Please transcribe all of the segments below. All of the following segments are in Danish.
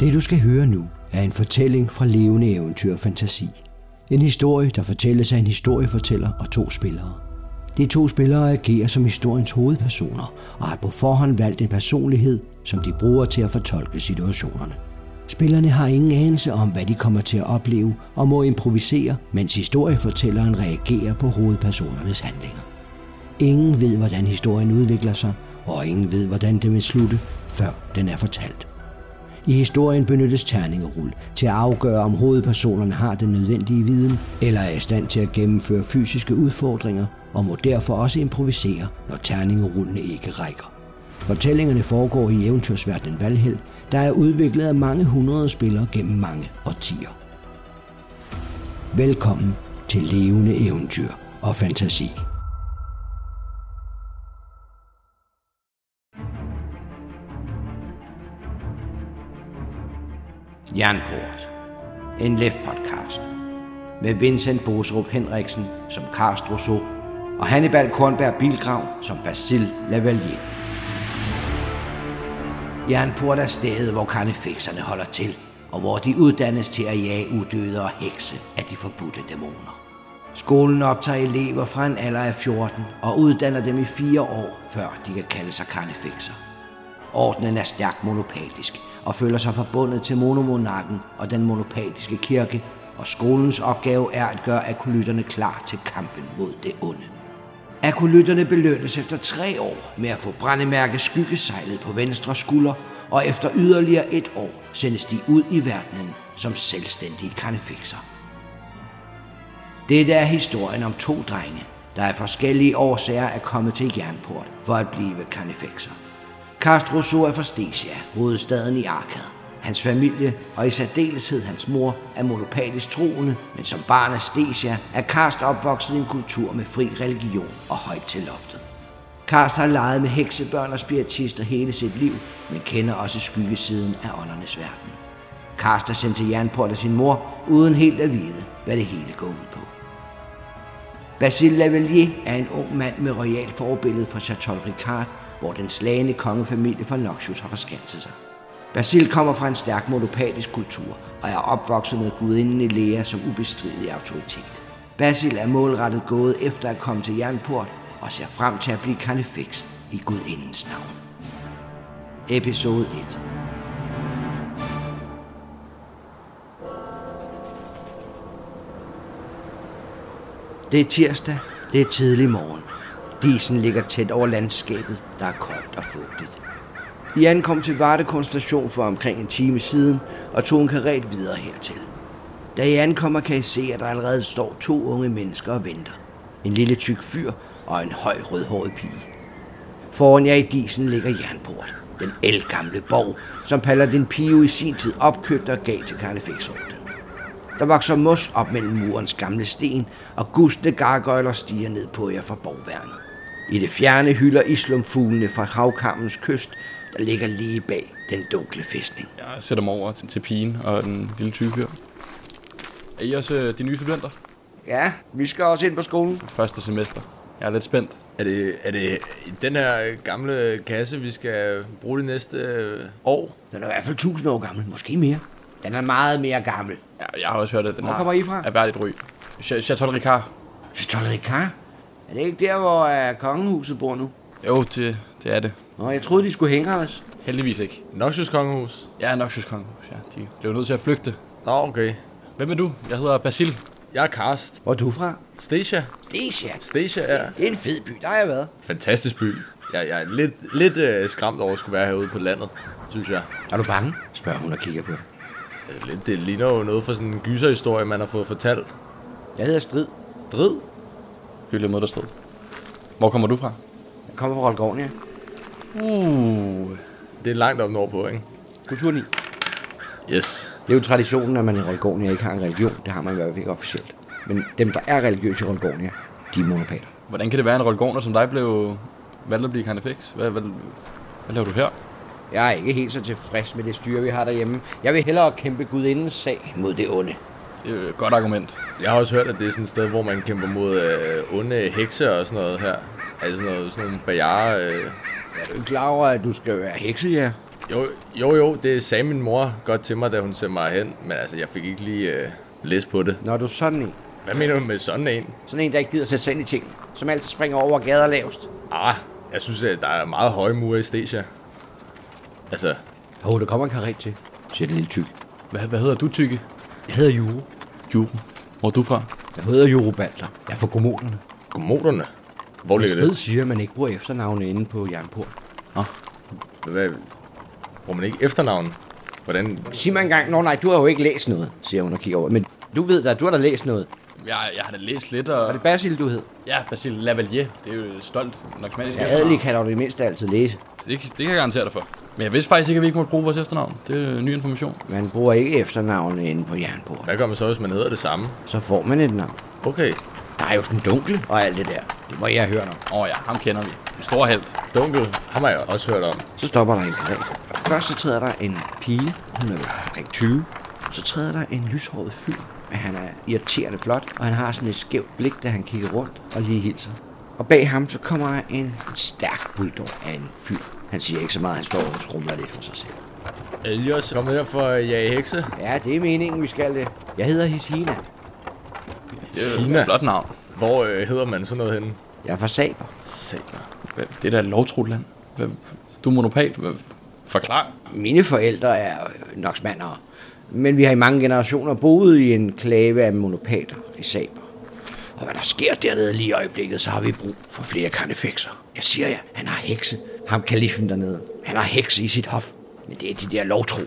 Det du skal høre nu er en fortælling fra levende eventyr og fantasi. En historie, der fortælles af en historiefortæller og to spillere. De to spillere agerer som historiens hovedpersoner og har på forhånd valgt en personlighed, som de bruger til at fortolke situationerne. Spillerne har ingen anelse om, hvad de kommer til at opleve og må improvisere, mens historiefortælleren reagerer på hovedpersonernes handlinger. Ingen ved, hvordan historien udvikler sig, og ingen ved, hvordan den vil slutte, før den er fortalt. I historien benyttes terningerul til at afgøre, om hovedpersonerne har den nødvendige viden, eller er i stand til at gennemføre fysiske udfordringer, og må derfor også improvisere, når terningerullene ikke rækker. Fortællingerne foregår i eventyrsverdenen Valhæl, der er udviklet af mange hundrede spillere gennem mange årtier. Velkommen til levende eventyr og fantasi. Jernport. En LEF-podcast. Med Vincent Boserup Henriksen som Karst Rousseau og Hannibal Kornberg Bilgrav som Basil Lavalier. Jernport er stedet, hvor karnefikserne holder til, og hvor de uddannes til at jage udøde og hekse af de forbudte dæmoner. Skolen optager elever fra en alder af 14 og uddanner dem i fire år, før de kan kalde sig karnefikser. Ordnen er stærkt monopatisk og føler sig forbundet til monomonarken og den monopatiske kirke, og skolens opgave er at gøre akolytterne klar til kampen mod det onde. Akolytterne belønnes efter tre år med at få brændemærke skyggesejlet på venstre skulder, og efter yderligere et år sendes de ud i verdenen som selvstændige karnefikser. Dette er historien om to drenge, der af forskellige årsager er kommet til Jernport for at blive karnefikser. Castro Rousseau er fra Stesia, hovedstaden i Arkad. Hans familie, og i særdeleshed hans mor, er monopatisk troende, men som barn af Stesia er Karst opvokset i en kultur med fri religion og højt til loftet. Karst har leget med heksebørn og spiritister hele sit liv, men kender også skyggesiden af åndernes verden. Karst er sendt til jernport af sin mor, uden helt at vide, hvad det hele går ud på. Basil Lavalier er en ung mand med royal forbillede fra Chateau Ricard, hvor den slagende kongefamilie fra Noxus har forskanset sig. Basil kommer fra en stærk monopatisk kultur og er opvokset med gudinden Elea som ubestridelig autoritet. Basil er målrettet gået efter at komme til Jernport og ser frem til at blive karnefix i gudindens navn. Episode 1 Det er tirsdag, det er tidlig morgen. Disen ligger tæt over landskabet, der er koldt og fugtigt. I ankom til Vardekon station for omkring en time siden og tog en karet videre hertil. Da I ankommer, kan I se, at der allerede står to unge mennesker og venter. En lille tyk fyr og en høj rødhåret pige. Foran jer i disen ligger Jernport, den elgamle borg, som Paladin Pio i sin tid opkøbte og gav til Karnefixordenen. Der vokser mos op mellem murens gamle sten, og gustne gargøjler stiger ned på jer fra borgværnet. I det fjerne hylder islumfuglene fra havkammens kyst, der ligger lige bag den dunkle fæstning. Jeg sætter mig over til, til pigen og den lille type fyr. Er I også øh, de nye studenter? Ja, vi skal også ind på skolen. Første semester. Jeg er lidt spændt. Er det, er det den her gamle kasse, vi skal bruge det næste øh, år? Den er i hvert fald tusind år gammel, måske mere. Den er meget mere gammel. Jeg, jeg har også hørt, at den Hvor kommer I fra? er værdigt ryg. Ch- Chateau Ricard. Chateau Ricard? Er det ikke der, hvor uh, kongehuset bor nu? Jo, det, det er det. Nå, jeg troede, de skulle hængerettes. Heldigvis ikke. Noxus Kongehus? Jeg er Noxus Kongehus, ja. De blev nødt til at flygte. Nå, okay. Hvem er du? Jeg hedder Basil. Jeg er Karst. Hvor er du fra? Stasia. Det er sjæt. Stasia er Det er en fed by, der har jeg været. fantastisk by. Jeg, jeg er lidt, lidt øh, skræmt over at skulle være herude på landet, synes jeg. Er du bange? Spørger hun og kigger på dig. Øh, Lidt, det ligner jo noget fra sådan en gyserhistorie, man har fået fortalt. Jeg hedder Strid. Drid? Hylde mod dig sted. Hvor kommer du fra? Jeg kommer fra Rolgornia. Uh. Det er langt op nordpå, ikke? Kulturni. Yes. Det er jo traditionen, at man i Rolgornia ikke har en religion. Det har man i hvert fald ikke officielt. Men dem, der er religiøse i Rolgornia, de er monopater. Hvordan kan det være, at en rolgoner som dig blev valgt at blive Carnifex? Hvad, hvad, hvad laver du her? Jeg er ikke helt så tilfreds med det styre, vi har derhjemme. Jeg vil hellere kæmpe gudindens sag mod det onde. Det er jo et godt argument. Jeg har også hørt, at det er sådan et sted, hvor man kæmper mod øh, onde hekse og sådan noget her. Altså sådan, noget, sådan nogle bajare... Øh. Er du ikke klar over, at du skal være hekse, ja? Jo, jo, jo, det sagde min mor godt til mig, da hun sendte mig hen, men altså, jeg fik ikke lige øh, læst på det. Når du er sådan en. Hvad mener du med sådan en? Sådan en, der ikke gider sætte sig ind i ting. Som altid springer over gader lavest. Ah, jeg synes, at der er meget høje mure i Stasia. Altså, Åh, oh, der kommer en karet til. Siger det lille tyk. Hvad, hvad hedder du, Tykke? Jeg hedder Jure. Jure. Hvor er du fra? Jeg hedder Jure Balder. Jeg er fra Gomoderne. komoderne. Hvor Et ligger sted det? siger, at man ikke bruger efternavne inde på jernport. Hvad? Bruger man ikke efternavn? Hvordan? Sig mig engang, nå nej, du har jo ikke læst noget, siger hun og kigger over. Men du ved da, du har da læst noget. Jeg, jeg har da læst lidt, Var og... det Basil, du hed? Ja, Basil Lavalier. Det er jo et stolt nok smaligt. Ja, adelige kan dog det mindste altid læse. Det, det kan jeg garantere dig for. Men jeg vidste faktisk ikke, at vi ikke måtte bruge vores efternavn. Det er øh, ny information. Man bruger ikke efternavne inde på jernport. Hvad gør man så, hvis man hedder det samme? Så får man et navn. Okay, Der er jo sådan en dunkel og alt det der. Det må jeg høre om. Åh oh, ja, ham kender vi. En stor held. dunkel ham har jeg også hørt om. Så stopper der en karet. Først så træder der en pige, hun er vel omkring 20. Så træder der en lyshåret fyr, men han er irriterende flot, og han har sådan et skævt blik, da han kigger rundt og lige hilser. Og bag ham så kommer der en stærk bulldog af en fyr. Han siger ikke så meget, han står og skrumler lidt for sig selv. Elios, kom her for at jage hekse. Ja, det er meningen, vi skal det. Jeg hedder Hisina. Det er jo Kina. et flot navn. Hvor øh, hedder man sådan noget henne? Jeg er fra Saber. Saber. Hvad- Det er da et lovtroet land. Hvad- Du er monopal. Hvad- Forklar. Mine forældre er øh, noksmandere, men vi har i mange generationer boet i en klave af monopater i Saber. Og hvad der sker dernede lige i øjeblikket, så har vi brug for flere karnefekser. Jeg siger jer, han har hekse. Ham kalifen dernede. Han har hekse i sit hof. Men det er de der lovtro.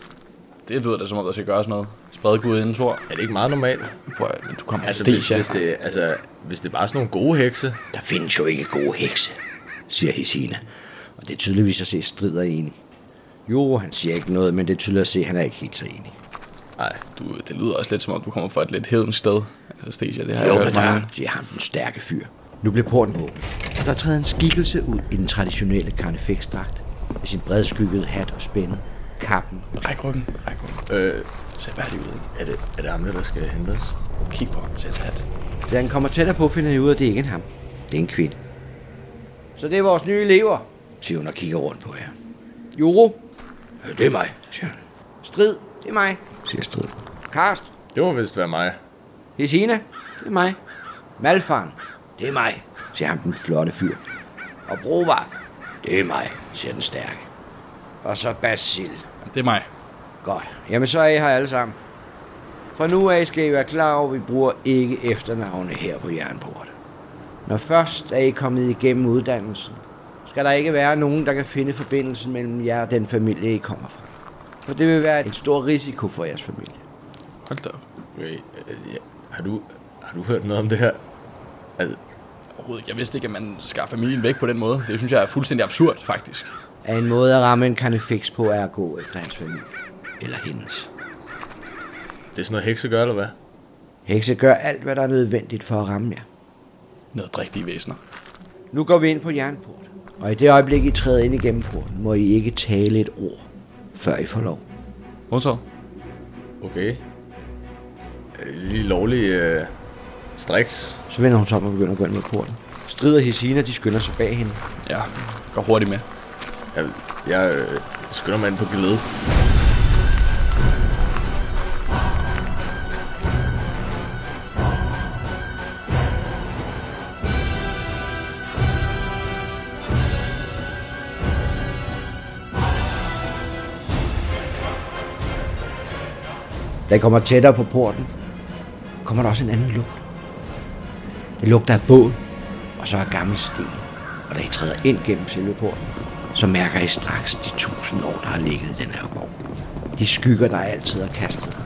Det lyder da som om, der skal gøres noget. Spred Gud inden Thor. Er det ikke meget normalt? Prøv at- men du kommer Altså, til hvis, Stasia. hvis, det, altså, hvis det bare er sådan nogle gode hekse. Der findes jo ikke gode hekse, siger Hisina. Og det er tydeligvis at se strider enig. Jo, han siger ikke noget, men det er tydeligt at se, at han er ikke helt så enig. Nej, Du, det lyder også lidt som om, du kommer fra et lidt hedensk sted. Altså Stasia, det har Jo, jeg hørt men der, meget. siger ham den stærke fyr. Øh, Nu bliver porten åbnet, og der træder en skikkelse ud i den traditionelle karnefæksdragt, med sin bredskyggede hat og spænde, kappen. Ræk ryggen. Ræk ryggen. øh, Se værdig ud. ikke? er det, er det ham, der skal hentes? Kig på ham. Sæt hat. Da han kommer tættere på, finder jeg ud af, at det ikke er ham. Det er en kvinde. Så det er vores nye elever, siger hun og kigger rundt på jer. Juro? Det er mig, siger han. Strid, det er mig, siger Strid. Karst, Det må vist være mig. Hesina, det er mig. Malfaren, det er mig, siger ham den flotte fyr. Og Brovak, det er mig, siger den stærke. Og så Basil. Det er mig. Godt. Jamen så er I her alle sammen. Fra nu af skal I være klar over, at vi bruger ikke efternavne her på Jernport. Når først er I kommet igennem uddannelsen, skal der ikke være nogen, der kan finde forbindelsen mellem jer og den familie, I kommer fra. For det vil være en stor risiko for jeres familie. Hold da op. Okay, øh, ja. har, du, har du hørt noget om det her? Altså, Overhovedet ikke. Jeg vidste ikke, at man skar familien væk på den måde. Det synes jeg er fuldstændig absurd, faktisk. at en måde at ramme en karnefix på er at gå efter hans familie. Eller hendes. det er sådan noget hekse gør, eller hvad? Hekse gør alt, hvad der er nødvendigt for at ramme jer. Noget rigtige væsener. Nu går vi ind på jernporten. Og i det øjeblik, I træder ind igennem porten, må I ikke tale et ord, før I får lov. Hvor så? Okay. Øh, Lige lovlig øh, striks. Så vender hun sig om og begynder at gå ind mod porten. Strider Hesina, de skynder sig bag hende. Ja, går hurtigt med. Jeg, jeg øh, skynder mig ind på glæde. Da I kommer tættere på porten, kommer der også en anden lugt. Det lugter af bål, og så af gammel sten. Og da I træder ind gennem selve porten, så mærker I straks de tusind år, der har ligget i den her borg. De skygger, der altid er kastet.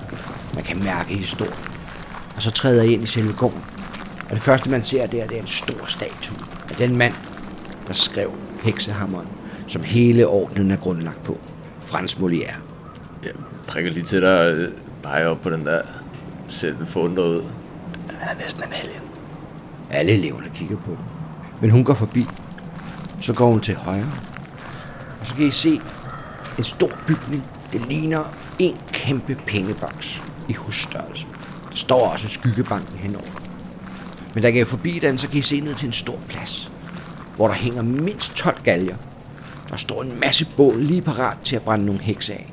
Man kan mærke historien. Og så træder I ind i selve gården. Og det første, man ser der, det er en stor statue af den mand, der skrev heksehammeren, som hele ordenen er grundlagt på. Frans Molière. Jeg prikker lige til dig og øh, peger op på den der. Ser den forundret ud. Han er næsten en alien. Alle eleverne kigger på den. Men hun går forbi. Så går hun til højre. Og så kan I se en stor bygning. Det ligner en kæmpe pengeboks i husstørrelse. Der står også skyggebanken henover. Men da I går forbi den, så kan I se ned til en stor plads, hvor der hænger mindst 12 galger, Der står en masse bål lige parat til at brænde nogle hekse af.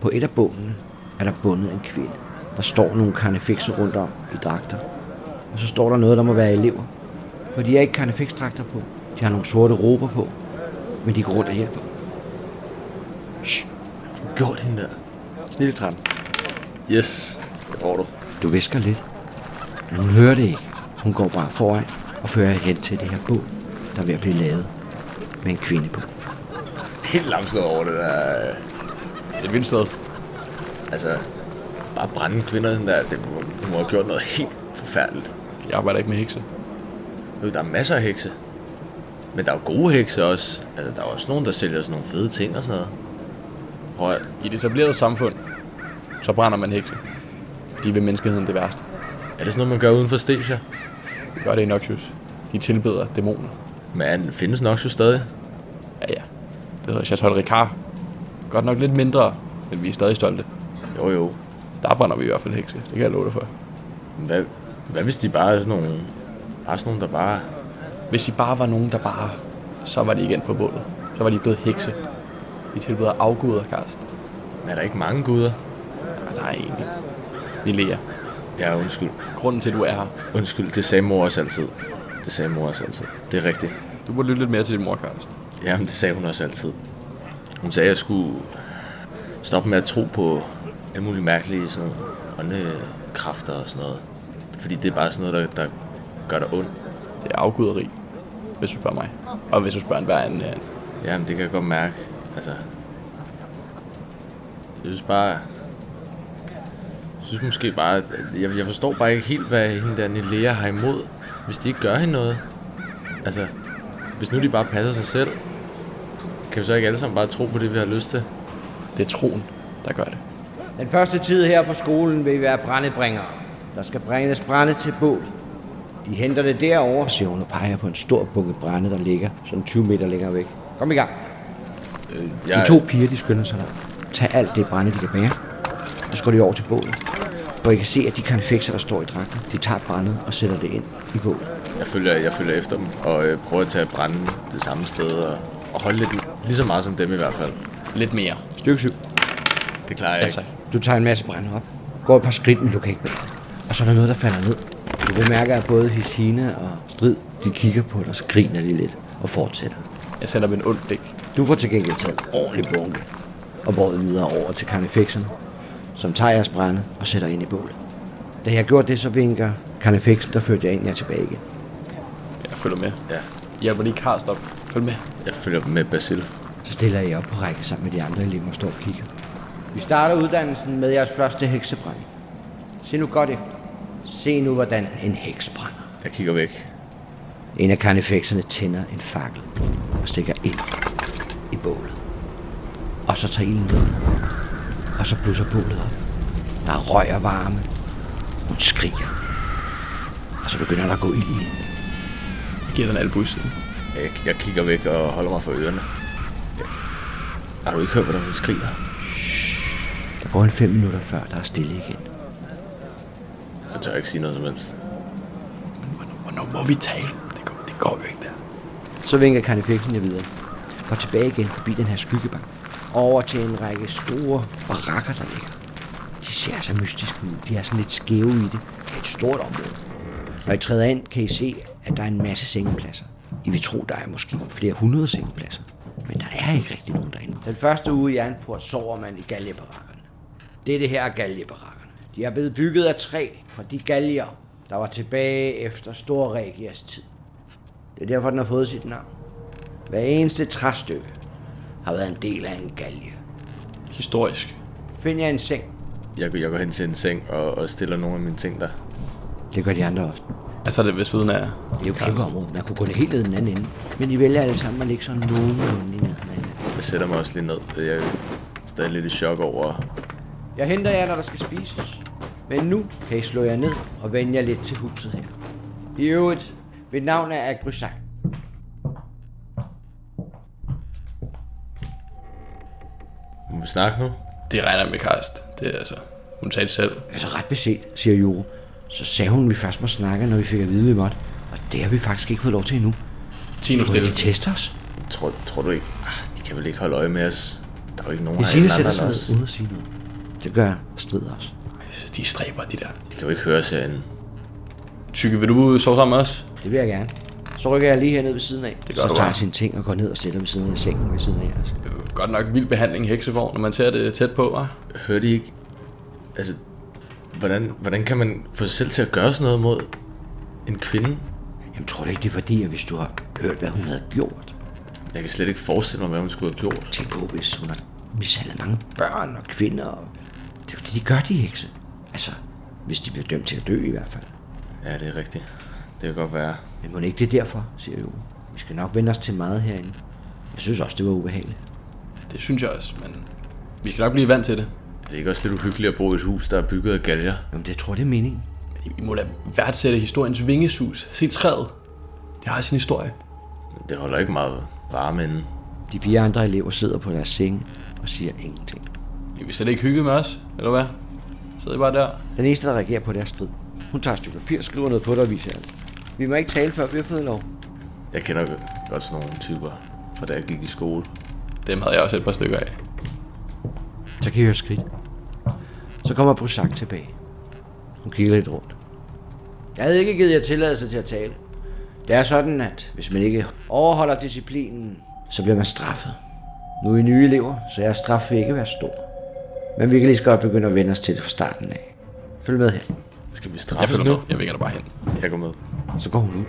På et af bålene er der bundet en kvinde. Der står nogle karnefikser rundt om i dragter. Og så står der noget, der må være elever. For de har ikke karnefiksdragter på. De har nogle sorte rober på. Men de går rundt og hjælper. Shh. Gjort hende der. Snille 13. Yes, det får du. Du visker lidt. Men hun hører det ikke. Hun går bare foran og fører jer hen til det her bål, der er ved at blive lavet med en kvinde på. Helt lamslået over det der. øh, Det er et vildt sted. Altså, bare brænde kvinder, den der, det må, hun må have gjort noget helt forfærdeligt. Jeg arbejder ikke med hekse. Nu, der er masser af hekse. Men der er jo gode hekse også. Altså, der er også nogen, der sælger sådan nogle fede ting og sådan noget. Prøv at, I et etableret samfund, så brænder man hekse. De vil menneskeheden det værste. er det sådan noget, man gør uden for Stasia? Det gør det i Noxius. De tilbeder dæmoner. Men findes nok så stadig. Ja, ja. Det hedder Chateau Ricard. Godt nok lidt mindre, men vi er stadig stolte. Jo jo. Der brænder vi i hvert fald hekse. Det kan jeg love dig for. Men Hvad, hvad hvis de bare er sådan nogle... Bare sådan nogle, der bare... Hvis I bare var nogen, der bare... Så var de igen på bålet. Så var de blevet hekse. De tilbeder afguder, Karsten. Men er der ikke mange guder? Og der er egentlig... Nilea, Ja, undskyld. grunden til, at du er her. Undskyld, det sagde mor også altid. Det sagde mor også altid. Det er rigtigt. Du må lytte lidt mere til din mor, Karsten. Jamen, det sagde hun også altid. Hun sagde, at jeg skulle stoppe med at tro på alle mulige mærkelige sådan nogle åndekræfter og sådan noget. Fordi det er bare sådan noget, der, der gør dig ondt. Det er afguderi, hvis du spørger mig. Og hvis du spørger en hver anden herinde. Jamen, det kan jeg godt mærke. Altså, jeg synes bare... Jeg synes måske bare... At jeg, jeg forstår bare ikke helt, hvad hende der Nilea har imod, hvis de ikke gør hende noget. Altså, hvis nu de bare passer sig selv, kan vi så ikke alle sammen bare tro på det, vi har lyst til? Det er troen, der gør det. Den første tid her på skolen vil I være brændebringere. Der skal bringes brænde til bål. De henter det derovre, siger hun og peger på en stor bunke brænde, der ligger sådan 20 meter længere væk. Kom i gang. Jeg, De to piger, de skynder sig der. Tag alt det brænde, de kan bære. Så går de over til bålet. Hvor I kan se, at de konfekser, der står i dragten, de tager brændet og sætter det ind i bålet. jeg, følger, jeg følger efter dem, og øh, prøver at tage branden det samme sted, og, og holde lidt lige så meget som dem i hvert fald. Lidt mere. altså. Styrke 7. Det klarer jeg Ja, ikke. tak. Du tager en masse brænde op, går et par skridt, men du kan ikke bære det. Og så er der noget, der falder ned. Du bemærker, at både Hishina og Strid, de kigger på dig, så griner de lidt og fortsætter. Jeg sender dem en ond dæk. Du får til gengæld taget en ordentlig bunke og båret videre over til karnefixerne, som tager jeres brænde og sætter ind i bålet. Da jeg har gjort det, så vinker karnefixen, der førte jeg ind jer tilbage igen. Jeg følger med. Ja, Jeg hjælper lige Karsten op. Følg med. jeg følger dem med Basil. Så stiller jeg jer op på række sammen med de andre elever og står og kigger. Vi starter uddannelsen med jeres første heksebrænding. Se nu godt efter. Se nu, hvordan en heks brænder. Jeg kigger væk. En af karnefekserne tænder en fakkel og stikker ind i bålet. Og så tager ilden ned, og så blusser bålet op. Der er røg og varme. Hun skriger. Og så begynder der at gå ild i hende. Jeg giver dig en albu i siden. Jeg, jeg kigger væk og holder mig for ørerne. Har du ikke hørt, hvordan hun skriger? Der går en fem minutter før, der er stille igen. Jeg tør ikke sige noget som helst. Men hvornår, hvornår må vi tale? Det går, det går jo ikke der. Så vinker karnefeksen jer videre. Går tilbage igen forbi den her skyggebank. Over til en række store barakker, der ligger. De ser så mystisk ud. De er sådan lidt skæve i det. Det er et stort område. Når I træder ind, kan I se, at der er en masse sengepladser. I vil tro, der er måske flere hundrede sengepladser. Men der er ikke rigtig nogen derinde. Den første uge i Jernport sover man i galjebarakkerne. Det er det her er galjebarakkerne. De er blevet bygget af træ fra de galjer, der var tilbage efter Storregias tid. Det er derfor, den har fået sit navn. Hver eneste træstykke har været en del af en galge. Historisk. Find jer en seng. Jeg, jeg går hen til en seng og, og stiller nogle af mine ting der. Det gør de andre også. Altså det er ved siden af... Det er jo et kæmpe område. Man kunne gå det helt ned i den anden ende. Men de vælger alle sammen at ligge sådan nogenlunde i nærheden af hinanden. Jeg sætter mig også lige ned. Jeg er stadig lidt i chok over... Jeg henter jer, når der skal spises. Men nu kan I slå jer ned og vende jer lidt til huset her. I øvrigt, mit navn er Agrysak. Må vi snakke nu? Det regner jeg med Karsten. Det er altså... Hun sagde det selv. Altså ret beset, siger Juro. Så sagde hun, at vi først må snakke, når vi fik at vide, vi måtte. Og det har vi faktisk ikke fået lov til endnu. Tino Tror I, stille. de tester os? Tror, tror du ikke? Ah, de kan vel ikke holde øje med os. Der er jo ikke nogen I herinde sine sætter andre sig end ned, os. uden at sige noget. Det gør strid også. De er stræber, de der. De kan jo ikke høre os herinde. Tykke, vil du sove sammen med os? Det vil jeg gerne. Så rykker jeg lige herned ved siden af. Det gør så du tager bare. jeg sine ting og går ned og sætter ved siden af sengen ved siden af. Altså. Det er jo godt nok vild behandling, heksevogn, når man ser det tæt på, hva'? Hørte I ikke? Altså, hvordan, hvordan kan man få sig selv til at gøre sådan noget mod en kvinde? Jamen tror du ikke, det er fordi, at hvis du har hørt, hvad hun havde gjort? Jeg kan slet ikke forestille mig, hvad hun skulle have gjort. Tænk på, hvis hun har mishandlet mange børn og kvinder. Og... Det er jo det, de gør, de hekse. Altså, hvis de bliver dømt til at dø i hvert fald. Ja, det er rigtigt. Det kan godt være. Men må det ikke det er derfor, siger jo. Vi skal nok vende os til meget herinde. Jeg synes også, det var ubehageligt. Det synes jeg også, men vi skal nok blive vant til det. Er det ikke også lidt uhyggeligt at bo i et hus, der er bygget af galger? Jamen, det tror jeg, det er meningen. I må da værdsætte historiens vingesus. Se træet. Det har sin historie. Det holder ikke meget varme inden. De fire andre elever sidder på deres seng og siger ingenting. I vil slet ikke hygge med os, eller hvad? Sidder I bare der? Den eneste, der reagerer på det, er strid. Hun tager et stykke papir, skriver noget på det og viser jer det. Vi må ikke tale, før vi har fået lov. Jeg kender jo godt sådan nogle typer, fra da jeg gik i skole. Dem havde jeg også et par stykker af. Så kan I høre skridt. Så kommer Brusak tilbage. Hun kigger lidt rundt. Jeg havde ikke givet jer tilladelse til at tale. Det er sådan, at hvis man ikke overholder disciplinen, så bliver man straffet. Nu er I nye elever, så jeres straf vil ikke være stor. Men vi kan lige så godt begynde at vende os til det fra starten af. Følg med her. Skal vi Jeg straffes følger nu? med. Jeg vinker dig bare hen. Jeg går med. Så går hun ud.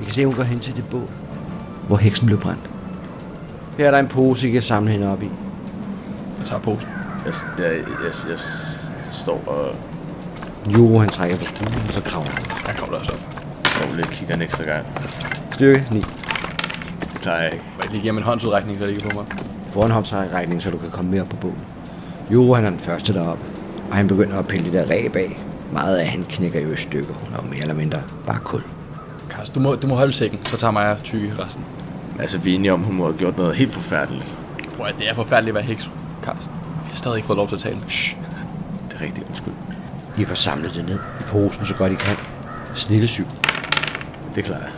I kan se, at hun går hen til det bål, hvor heksen blev brændt. Her er der en pose, I kan samle hende op i. Jeg tager posen. Jeg, jeg, jeg, jeg står og Jo, han trækker på skuden, og så kravler han. Jeg kravler også op. jeg står lige og kigger en ekstra gang. Styrke 9. Det klarer jeg ikke. Må jeg lige give ham en håndsudrækning, så det ikke på mig? Foran ham tager jeg regningen, så du kan komme mere op på båden. Jo, han er den første deroppe, og han begynder at pille det der ræb af. Meget af han knækker jo i stykker, hun er jo mere eller mindre bare kul. Karsten, du må, du må holde sækken, så tager mig og tykke resten. Altså, vi er enige om, hun må have gjort noget helt forfærdeligt. Prøv at det er forfærdeligt at være heks, Karsten. Jeg har stadig ikke fået lov til at tale. Shh. Det er rigtig undskyld. I får samlet det ned i posen så godt I kan. Snille syg. Det klarer jeg.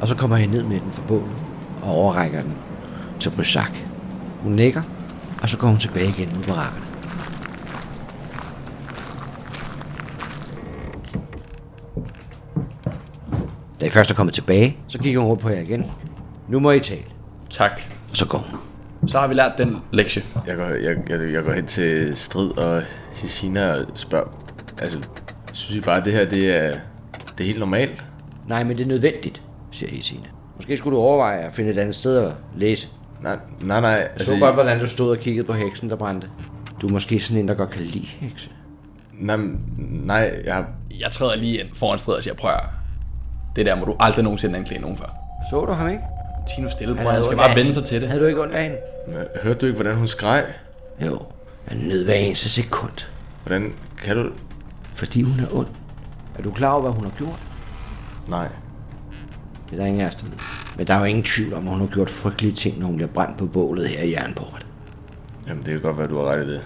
Og så kommer han ned med den fra båden og overrækker den til Brysak. Hun nikker, og så går hun tilbage igen ud på rakkerne. Da I først er kommet tilbage, så kigger hun rundt på jer igen. Nu må I tale. Tak. Og så går hun. Så har vi lært den lektie. Jeg går, jeg, jeg, jeg går hen til Strid og Hesina og spørger, altså, synes I bare, at det her, det er, det er helt normalt? Nej, men det er nødvendigt, siger Isine. Måske skulle du overveje at finde et andet sted at læse. Nej, nej, Altså, nej. Jeg så godt, hvordan du stod og kiggede på heksen, der brændte. Du er måske sådan en, der godt kan lide hekse. nej, nej, jeg har Jeg træder lige ind foran stedet og siger, prøv at høre. Det der må du aldrig nogensinde anklage nogen for. Så du ham ikke? Tino stille, Han bror. Han havde skal ondt af bare vende sig hende. til det. Havde du ikke ondt af hende? Men Hørte du ikke, hvordan hun skreg? Jo, han nød hver eneste sekund, Hvordan kan du... fordi hun er ond. Er du klar over, hvad hun har gjort? Nej. Det er der ingen af os, der ved. Men der er jo ingen tvivl om, at hun har gjort frygtelige ting, når hun bliver brændt på bålet her i Jernport. Jamen, det kan godt være, du har ret i det.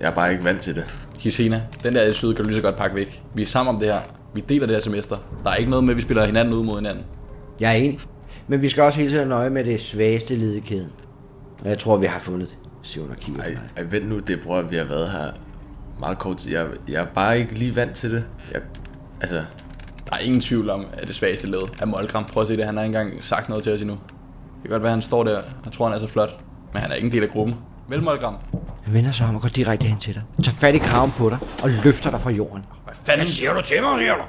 Jeg er bare ikke vant til det. Hisena, den der syd kan du lige så godt pakke væk. Vi er sammen om det her. Vi deler det her semester. Der er ikke noget med, at vi spiller hinanden ud mod hinanden. Jeg er enig, men vi skal også hele tiden nøje med det svageste led i kæden. Og jeg tror, vi har fundet det, siger hun og kigger på Ej, mig. ej vent nu, det bror, vi har været her meget kort tid. Jeg, jeg er bare ikke lige vant til det. Jeg, altså, Der er ingen tvivl om, at det svageste led er Molgram. Prøv at se det, han har ikke engang sagt noget til os endnu. Det kan godt være, at han står der og tror, han er så flot. Men han er ikke en del af gruppen. Vel, Molgram? Han vender sig om og går direkte hen til dig. Tager fat i kraven på dig og løfter dig fra jorden. Hvad fanden siger du til mig, siger du?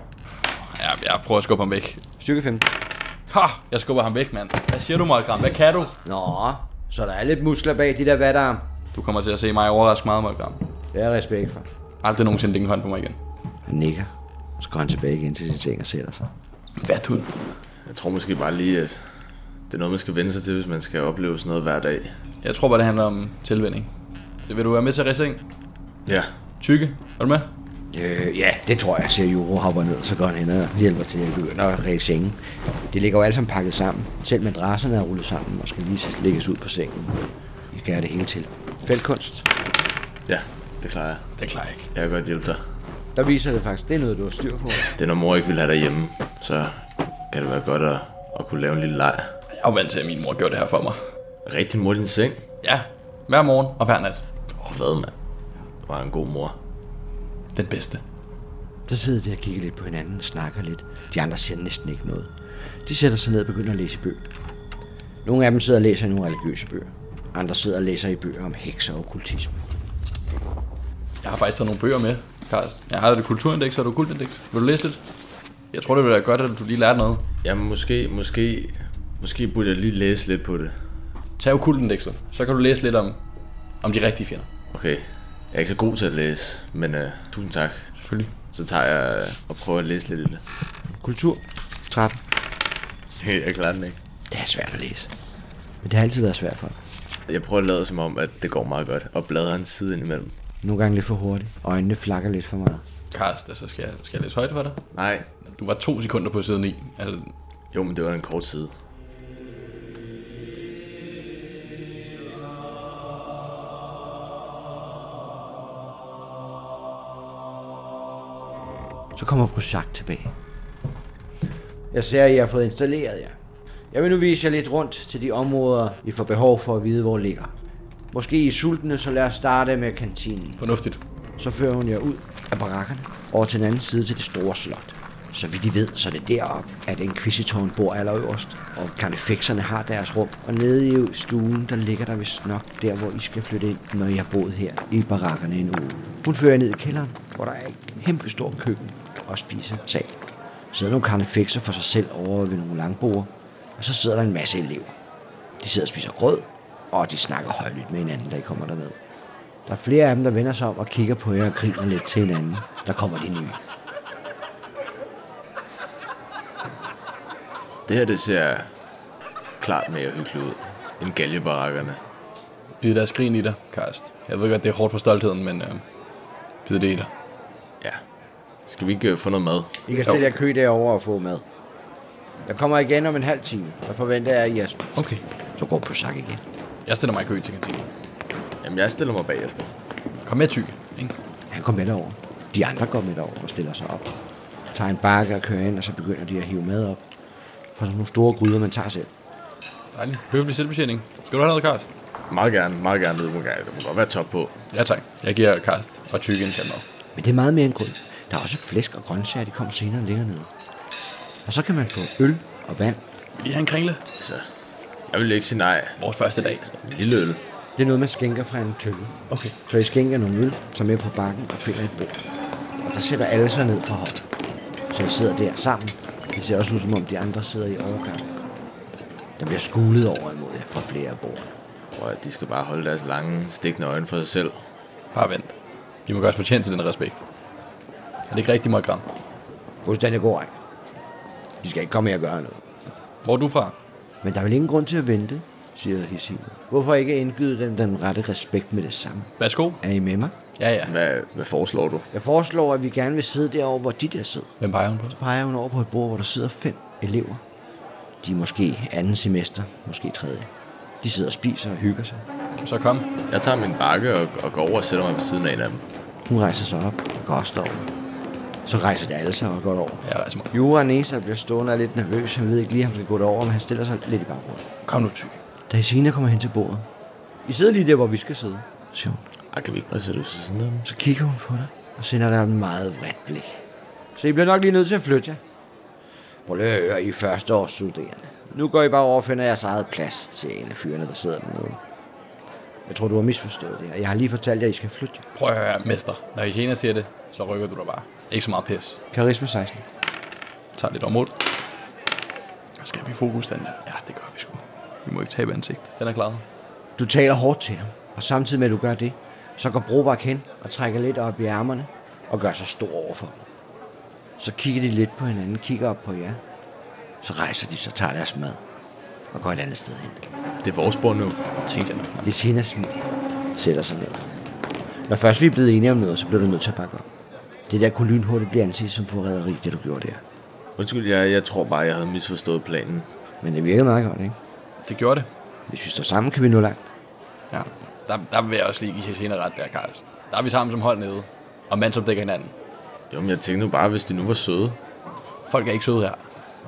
Ja, jeg prøver at skubbe ham væk. Styrke 15. Ha! Jeg skubber ham væk, mand. Hvad siger du, Molgram? Hvad kan du? Nå, så der er lidt muskler bag de der vatarm. Du kommer til at se mig overraske meget, Molgram. Det er respekt for. Aldrig nogensinde lægge en hånd på mig igen. Han nikker. Så går han tilbage igen til sin seng og sætter sig. Hvad du? jeg tror måske bare lige, at det er noget, man skal vende sig til, hvis man skal opleve sådan noget hver dag. Jeg tror bare, det handler om tilvænding. Det vil du være med til, Rissing? Ja, Tykke, er du med? Øh, ja, det tror jeg, siger Juro hopper ned, så går han hen og hjælper til at begynde at ræse sengen. Det ligger jo alle sammen pakket sammen. Selv madrasserne er rullet sammen og skal lige lægges ud på sengen. Jeg gør det hele til. Fældkunst. Ja, det klarer jeg. Det klarer jeg ikke. Jeg kan godt hjælpe dig. Der viser det faktisk, det er noget, du har styr på. Det er når mor ikke vil have dig hjemme, så kan det være godt at, at kunne lave en lille leg. Jeg er jo vant til, at min mor gjorde det her for mig. Rigtig mor din seng. Ja, hver morgen og hver nat. Åh, oh, hvad mand. Du var en god mor. Den bedste. Så sidder de og kigger lidt på hinanden og snakker lidt. De andre siger næsten ikke noget. De sætter sig ned og begynder at læse bøger. Nogle af dem sidder og læser i nogle religiøse bøger. Andre sidder og læser i bøger om hekser og okkultisme. Jeg har faktisk taget nogle bøger med, Karls. Jeg har det kulturindeks og det kultindeks. Vil du læse lidt? Jeg tror, det ville være godt, at du lige lærte noget. Jamen måske, måske, måske burde jeg lige læse lidt på det. Tag kultindekset, så kan du læse lidt om, om de rigtige fjender. Okay, jeg er ikke så god til at læse, men uh, tusind tak. Selvfølgelig. Så tager jeg øh, og prøver at læse lidt i det. Kultur. 13. Jeg klarer den ikke. Det er svært at læse. Men det har altid været svært for mig. Jeg prøver at lade som om, at det går meget godt, og bladrer en side ind imellem. Nogle gange lidt for hurtigt. Øjnene flakker lidt for meget. Karls, altså, skal, jeg, skal jeg læse højt for dig? Nej. Du var to sekunder på siden i. Altså, Jo, men det var en kort side. Så kommer Brusak tilbage. Jeg ser, at I har fået installeret jer. Jeg vil nu vise jer lidt rundt til de områder, I får behov for at vide, hvor ligger. Måske I er sultne, så lad os starte med kantinen. fornuftigt. Så fører hun jer ud af barakkerne over til den anden side til det store slot. Så vidt I ved, så er det deroppe, at inkvisitoren bor allerøverst, og karnefekserne har deres rum. Og nede i stuen, der ligger der vist nok der, hvor I skal flytte ind, når I har boet her i barakkerne en uge. Hun fører jer ned i kælderen, hvor der er et kæmpe stort køkken og spisesal. Så sidder nogle karnefekser for sig selv over ved nogle langbord, og så sidder der en masse elever. De sidder og spiser grød, og de snakker højlydt med hinanden, da I kommer derned. Der er flere af dem, der vender sig om og kigger på jer og griner lidt til hinanden. Der kommer de nye. Det her, det ser klart mere hyggeligt ud end galgebarakkerne. Bid deres grin i dig, Karst. Jeg ved godt, det er hårdt for stoltheden, men øh, bid det i dig. Ja. Skal vi ikke øh, få noget mad? I kan stille jer kø derovre og få mad. Jeg kommer igen om en halv time. Der forventer jeg, at I er spist. Okay. Så går på sak igen. Jeg stiller mig i kø til kantinen. Jamen, jeg stiller mig bagefter. Kom med, tykke. Ikke? Han går med derover. De andre går med derover og stiller sig op. Tager en bakke og kører ind, og så begynder de at hive mad op. Fra sådan nogle store gryder, man tager selv. Dejlig. Høflig selvbetjening. Skal du have noget, Karst? Meget gerne, meget gerne. Det må, gerne. Det må godt være top på. Ja, tak. Jeg giver Karst og tykke en mad. Men det er meget mere end grød. Der er også flæsk og grøntsager, de kommer senere længere ned. Og så kan man få øl og vand. Vil I have en kringle? Altså, jeg vil ikke sige nej. Vores første dag. En lille øl. Det er noget, man skænker fra en tønde. Okay. Så I skænker nogle øl, tager med på bakken og finder et bord. Og der sætter alle sig ned for hold. Så I sidder der sammen. Det ser også ud, som om de andre sidder i overgang. Der bliver skulet over imod jer fra flere af bordene. Prøv at de skal bare holde deres lange, stikkende øjne for sig selv. Bare vent. Vi må godt fortjene til den respekt. Er det ikke rigtigt, Markram? Fuldstændig god ej. De skal ikke komme her og gøre noget. Hvor er du fra? Men der er vel ingen grund til at vente, siger Hesimer. Hvorfor ikke indgyde dem den rette respekt med det samme? Værsgo. Er I med mig? Ja, ja. Hvad, hvad foreslår du? Jeg foreslår, at vi gerne vil sidde derovre, hvor de der sidder. Hvem peger hun på? peger hun over på et bord, hvor der sidder fem elever. De er måske anden semester, måske tredje. De sidder og spiser og hygger sig. Så kom. Jeg tager min bakke og, og går over og sætter mig ved siden af en af dem. Hun rejser sig op og går også over. Så rejser de alle sig og går over. Ja, altså. Jura og Nesa bliver stående og er lidt nervøs. Han ved ikke lige, om han skal gå derover, men han stiller sig lidt i baggrunden. Kom nu, tykke. Da Isina kommer hen til bordet. I sidder lige der, hvor vi skal sidde, siger hun. Ej, kan vi ikke bare sætte os ved siden af dem? Så kigger hun på dig og sender dig et meget vredt blik. Så I bliver nok lige nødt til at flytte jer. Prøv lige at høre, I er første års studerende. Nu går I bare over og finder jeres eget plads, siger en af fyrene, der sidder dernede. Jeg tror, du har misforstået det her. Jeg har lige fortalt jer, at I skal flytte jer. Prøv at høre, her, mester. Når Hyena siger det, så rykker du dig bare. Ikke så meget pis. Karisma 16. tager lidt område. Skal vi fokus den der? Ja, det gør vi sgu. Vi må ikke tabe ansigt. Den er klaret. Du taler hårdt til ham, og samtidig med, at du gør det, så går Brovak hen og trækker lidt op i ærmerne og gør sig stor over for dem. Så kigger de lidt på hinanden, kigger op på jer. Så rejser de sig, tager deres mad og går et andet sted hen. Det er vores bord nu. Tænkte jeg nok. Bettina smiler, sætter sig ned. Når først vi er blevet enige om noget, så bliver du nødt til at bakke op. Det der kunne lynhurtigt blive anset som forræderi, det du gjorde der. Undskyld, jeg, jeg tror bare, jeg havde misforstået planen. Men det virkede meget godt, ikke? Det gjorde det. Hvis vi står sammen, kan vi nå langt. Ja. Der, der vil jeg også lige give hende ret der, Karst. Der er vi sammen som hold nede. Og mand som dækker hinanden. Jo, men jeg tænkte nu bare, hvis de nu var søde. Folk er ikke søde her.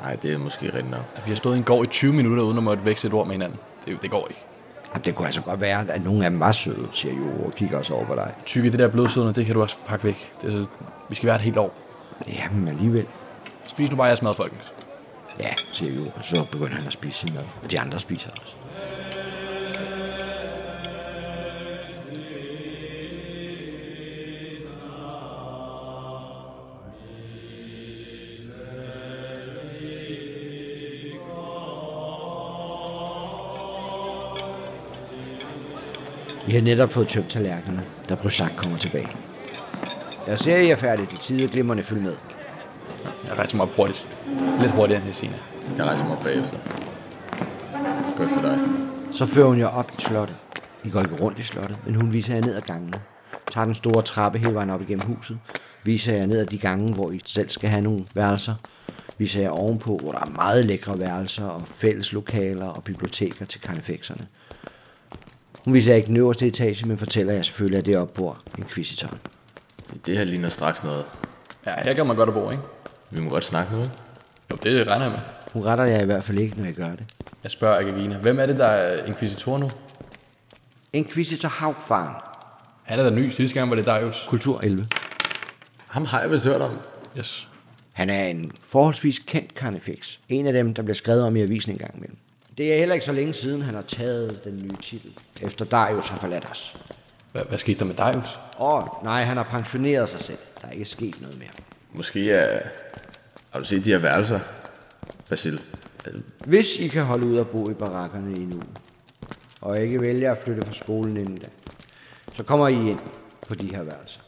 Nej, det er måske rigtigt nok. Vi har stået i en gård i 20 minutter, uden at måtte veksle et ord med hinanden. Det, det går ikke. Jamen, det kunne altså godt være, at nogle af dem var søde, siger Jo og kigger også over på dig. Tykke, det der blodsødende, det kan du også pakke væk. Det er så, vi skal være et helt år. Jamen alligevel. Spis nu bare jeres mad, folkens. Ja, siger Jo, og så begynder han at spise sin mad. Og de andre spiser også. Vi har netop fået tømt tallerkenerne, da Brysak kommer tilbage. Jeg ser, I er færdige til tide, glimrende følg med. Jeg rejser mig op hurtigt. Lidt hurtigere end Hesina. Jeg rejser mig op bagefter. Gå efter dig. Så fører hun jer op i slottet. I går ikke rundt i slottet, men hun viser jer ned ad gangene. Tager den store trappe hele vejen op igennem huset. Viser jer ned ad de gange, hvor I selv skal have nogle værelser. Viser jer ovenpå, hvor der er meget lækre værelser og fælles lokaler og biblioteker til karnefekserne. Hun viser jer ikke den øverste etage, men fortæller jer selvfølgelig, at det er oppe bor Inquisitoren. Se, Det her ligner straks noget. Ja, her kan man godt at bo, ikke? Vi må godt snakke nu, ikke? Jo, det regner jeg med. Hun retter jer i hvert fald ikke, når jeg gør det. Jeg spørger Agagina, hvem er det, der er inkvisitor nu? Inquisitor Haugfaren, Han er der ny. Sidste gang var det Darius. kultur 11. Ham har jeg vist hørt om. Yes. Han er en forholdsvis kendt karnefix. En af dem, der bliver skrevet om i avisen en gang imellem. Det er heller ikke så længe siden, han har taget den nye titel, efter Darius har forladt os. Hvad, hvad skete der med Darius? Og nej, han har pensioneret sig selv. Der er ikke sket noget mere. Måske er... Har du set de her værelser, Basil? Altså, Hvis I kan holde ud og bo i barakkerne i en uge, og ikke vælger at flytte fra skolen inden da, så kommer I ind på de her værelser.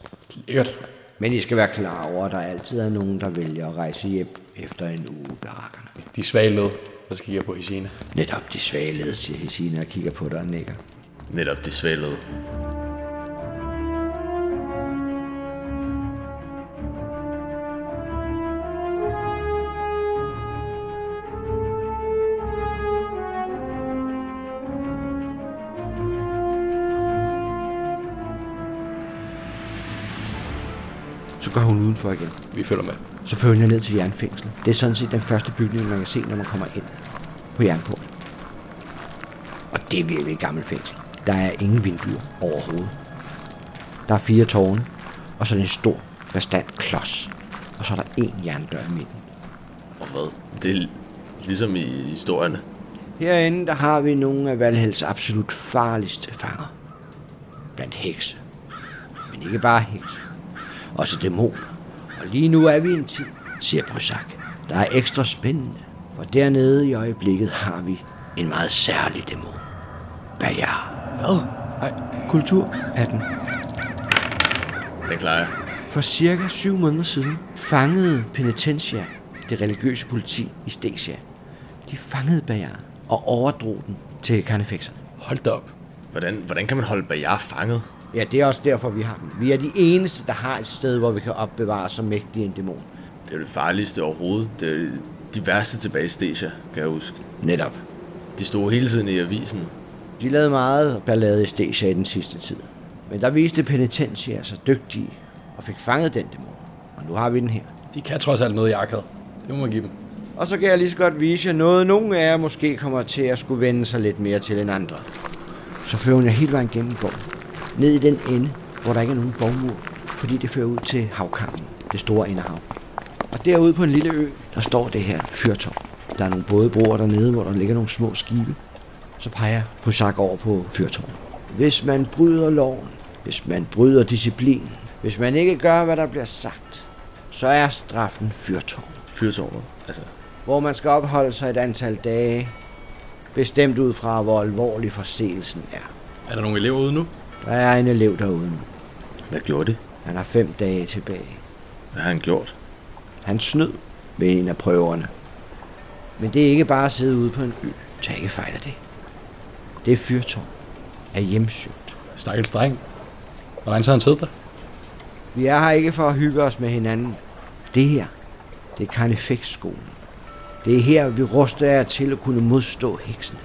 Lækkert. Men I skal være klar over, at der altid er nogen, der vælger at rejse hjem efter en uge i barakkerne. De svage led. Så skal jeg på Hesina. Netop de svage led, siger Hesina og kigger på dig og nikker. Netop det svælede. Så går hun udenfor igen. Vi følger med. Så følger jeg ned til jernfængslet. Det er sådan set den første bygning, man kan se, når man kommer ind på jernporten. Og det er virkelig et gammelt fængsel. Der er ingen vinduer overhovedet. Der er fire tårne, og så er det en stor, bestandt klods. Og så er der én jerndør i midten. Og hvad? Det er ligesom i historierne. Herinde der har vi nogle af Valhals absolut farligste fanger. Blandt hekse. Men ikke bare hekse. Også dæmoner. Og lige nu er vi i en tid, siger Brysak. Der er ekstra spændende. For dernede i øjeblikket har vi en meget særlig dæmon. Bajar. Hvad? Nej. Kultur 18. Den klarer jeg. For cirka syv måneder siden fangede Penitentia, det religiøse politi i Stesia, de fangede Bajar og overdrog den til karnefekserne. Hold da op. Hvordan, hvordan kan man holde Bajar fanget? Ja, det er også derfor, vi har dem. Vi er de eneste, der har et sted, hvor vi kan opbevare så mægtig en dæmon. Det er jo det farligste overhovedet. Det er de værste tilbage i Stasia, kan jeg huske. Netop. De stod hele tiden i avisen. De lavede meget ballade i Stasia i den sidste tid. Men der viste Penitentia sig dygtige og fik fanget den dæmon. Og nu har vi den her. De kan trods alt noget i arkad. Det må man give dem. Og så kan jeg lige så godt vise jer noget, nogen af jer måske kommer til at skulle vende sig lidt mere til end andre. Så fører hun jer hele vejen gennem borgen. Ned i den ende, hvor der ikke er nogen borgmur, fordi det fører ud til havkampen, det store indehav. Og derude på en lille ø, der står det her fyrtårn. Der er nogle bådebroer dernede, hvor der ligger nogle små skibe. Så peger Prysak over på fyrtårnet. Hvis man bryder loven, hvis man bryder disciplinen, hvis man ikke gør, hvad der bliver sagt, så er straffen fyrtårn Fyrtårnet. Altså, hvor man skal opholde sig et antal dage, bestemt ud fra, hvor alvorlig forseelsen er. Er der nogle elever ude nu? Der er en elev derude nu. hvad gjorde det? Han har fem dage tilbage. Hvad har han gjort? Han snød ved en af prøverne. Men det er ikke bare at sidde ude på en ø. Tag ikke fejl af det. Det fyrtårn er hjemsøgt. Stakkels dreng. Hvor lang tid har han siddet der? Vi er her ikke for at hygge os med hinanden. Det her, det er Carnifex-skolen. Det er her, vi ruster jer til at kunne modstå heksene.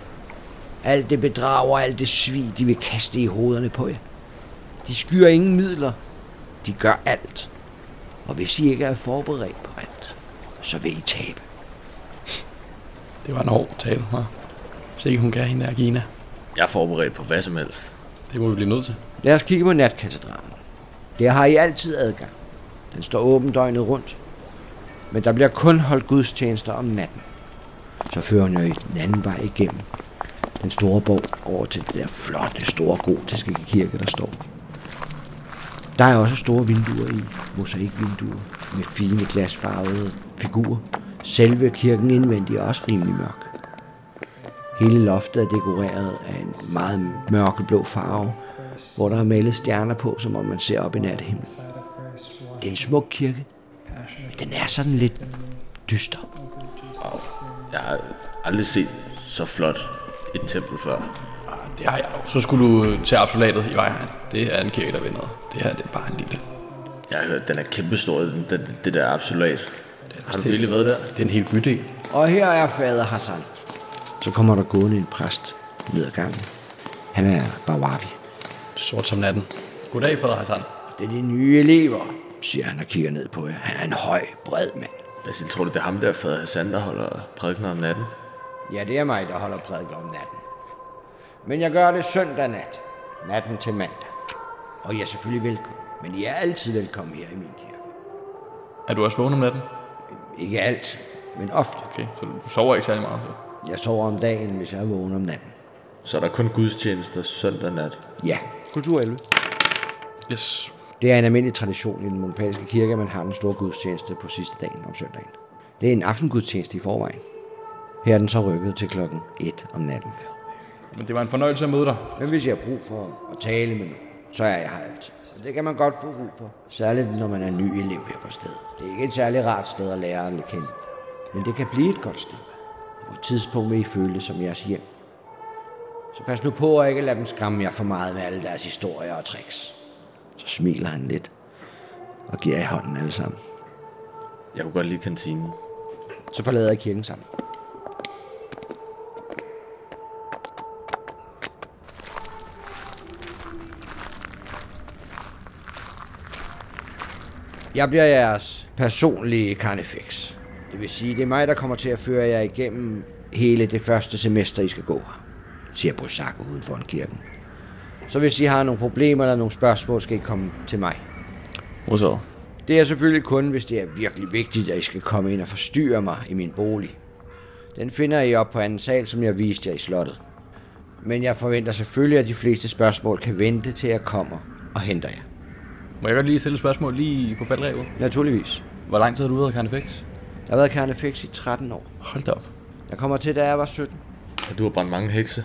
Alt det bedrag og alt det svig, de vil kaste i hovederne på jer. De skyer ingen midler. De gør alt. Og hvis I ikke er forberedt på alt, så vil I tabe. Det var en hård tale, hva'? Se, hun kan hende der, Gina. Jeg er forberedt på hvad som helst. Det må vi blive nødt til. Lad os kigge på natkatedralen. Der har I altid adgang. Den står åben døgnet rundt. Men der bliver kun holdt gudstjenester om natten. Så fører hun jo i den anden vej igennem den store borg over til det der flotte, store, gotiske kirke, der står. Der er også store vinduer i, mosaikvinduer, med fine glasfarvede figurer. Selve kirken indvendig er også rimelig mørk. Hele loftet er dekoreret af en meget mørkeblå farve, hvor der er malet stjerner på, som om man ser op i nathimlen. Det er en smuk kirke, men den er sådan lidt dyster. Jeg har aldrig set så flot et tempel før. Ah, Det har jeg dog. Så skulle du øh, til absolutet i vejhegn. Det er en kirke, der vil noget. Det her det er bare en lille. Jeg har hørt, den er kæmpestor, den, den, det der absolut. Har du virkelig været der? Det er en hel bydel. Og her er fader Hassan. Så kommer der gående en præst ned ad gangen. Han er Bawabi. Sort som natten. Goddag, Fader Hassan. Det er de nye elever, siger han og kigger ned på jer. Han er en høj, bred mand. Basil, tror du, det er ham der, fader Hassan, der holder prædikner om natten? Ja, det er mig, der holder prædiker om natten. Men jeg gør det søndag nat. Natten til mandag. Og jeg er selvfølgelig velkommen. Men I er altid velkommen her i min kirke. Er du også vågen om natten? Ikke alt, men ofte. Okay, så du sover ikke særlig meget. Så. Jeg sover om dagen, hvis jeg er vågen om natten. Så er der kun gudstjenester søndag nat. Ja, kultur 11. Yes. Det er en almindelig tradition i den monopalske kirke, at man har den store gudstjeneste på sidste dagen om søndagen. Det er en aftengudstjeneste i forvejen. Her er den så rykket til klokken 1 om natten. Men det var en fornøjelse at møde dig. Men hvis jeg har brug for at tale med nogen, så er jeg her altid. Og det kan man godt få brug for. Særligt når man er ny elev her på stedet. Det er ikke et særlig rart sted at lære at kende. Men det kan blive et godt sted. Og på et tidspunkt vil I føle det som jeres hjem. Så pas nu på at ikke lade dem skræmme jer for meget med alle deres historier og tricks. Så smiler han lidt og giver jer hånden alle sammen. Jeg kunne godt lide kantinen. Så forlader jeg kirken sammen. Jeg bliver jeres personlige carnifex. Det vil sige, det er mig, der kommer til at føre jer igennem hele det første semester, I skal gå her, siger Brosak uden for kirken. Så hvis I har nogle problemer eller nogle spørgsmål, skal I komme til mig. Modtaget. Det er selvfølgelig kun, hvis det er virkelig vigtigt, at I skal komme ind og forstyrre mig i min bolig. Den finder I op på anden sal, som jeg viste jer i slottet. Men jeg forventer selvfølgelig, at de fleste spørgsmål kan vente til jeg kommer og henter jer. Må jeg godt lige stille et spørgsmål lige på faldrevet? Naturligvis. Hvor lang tid har du været i Carnifex? Jeg har været karnefix i 13 år. Hold da op. Jeg kommer til, da jeg var 17. Og du har brændt mange hekse.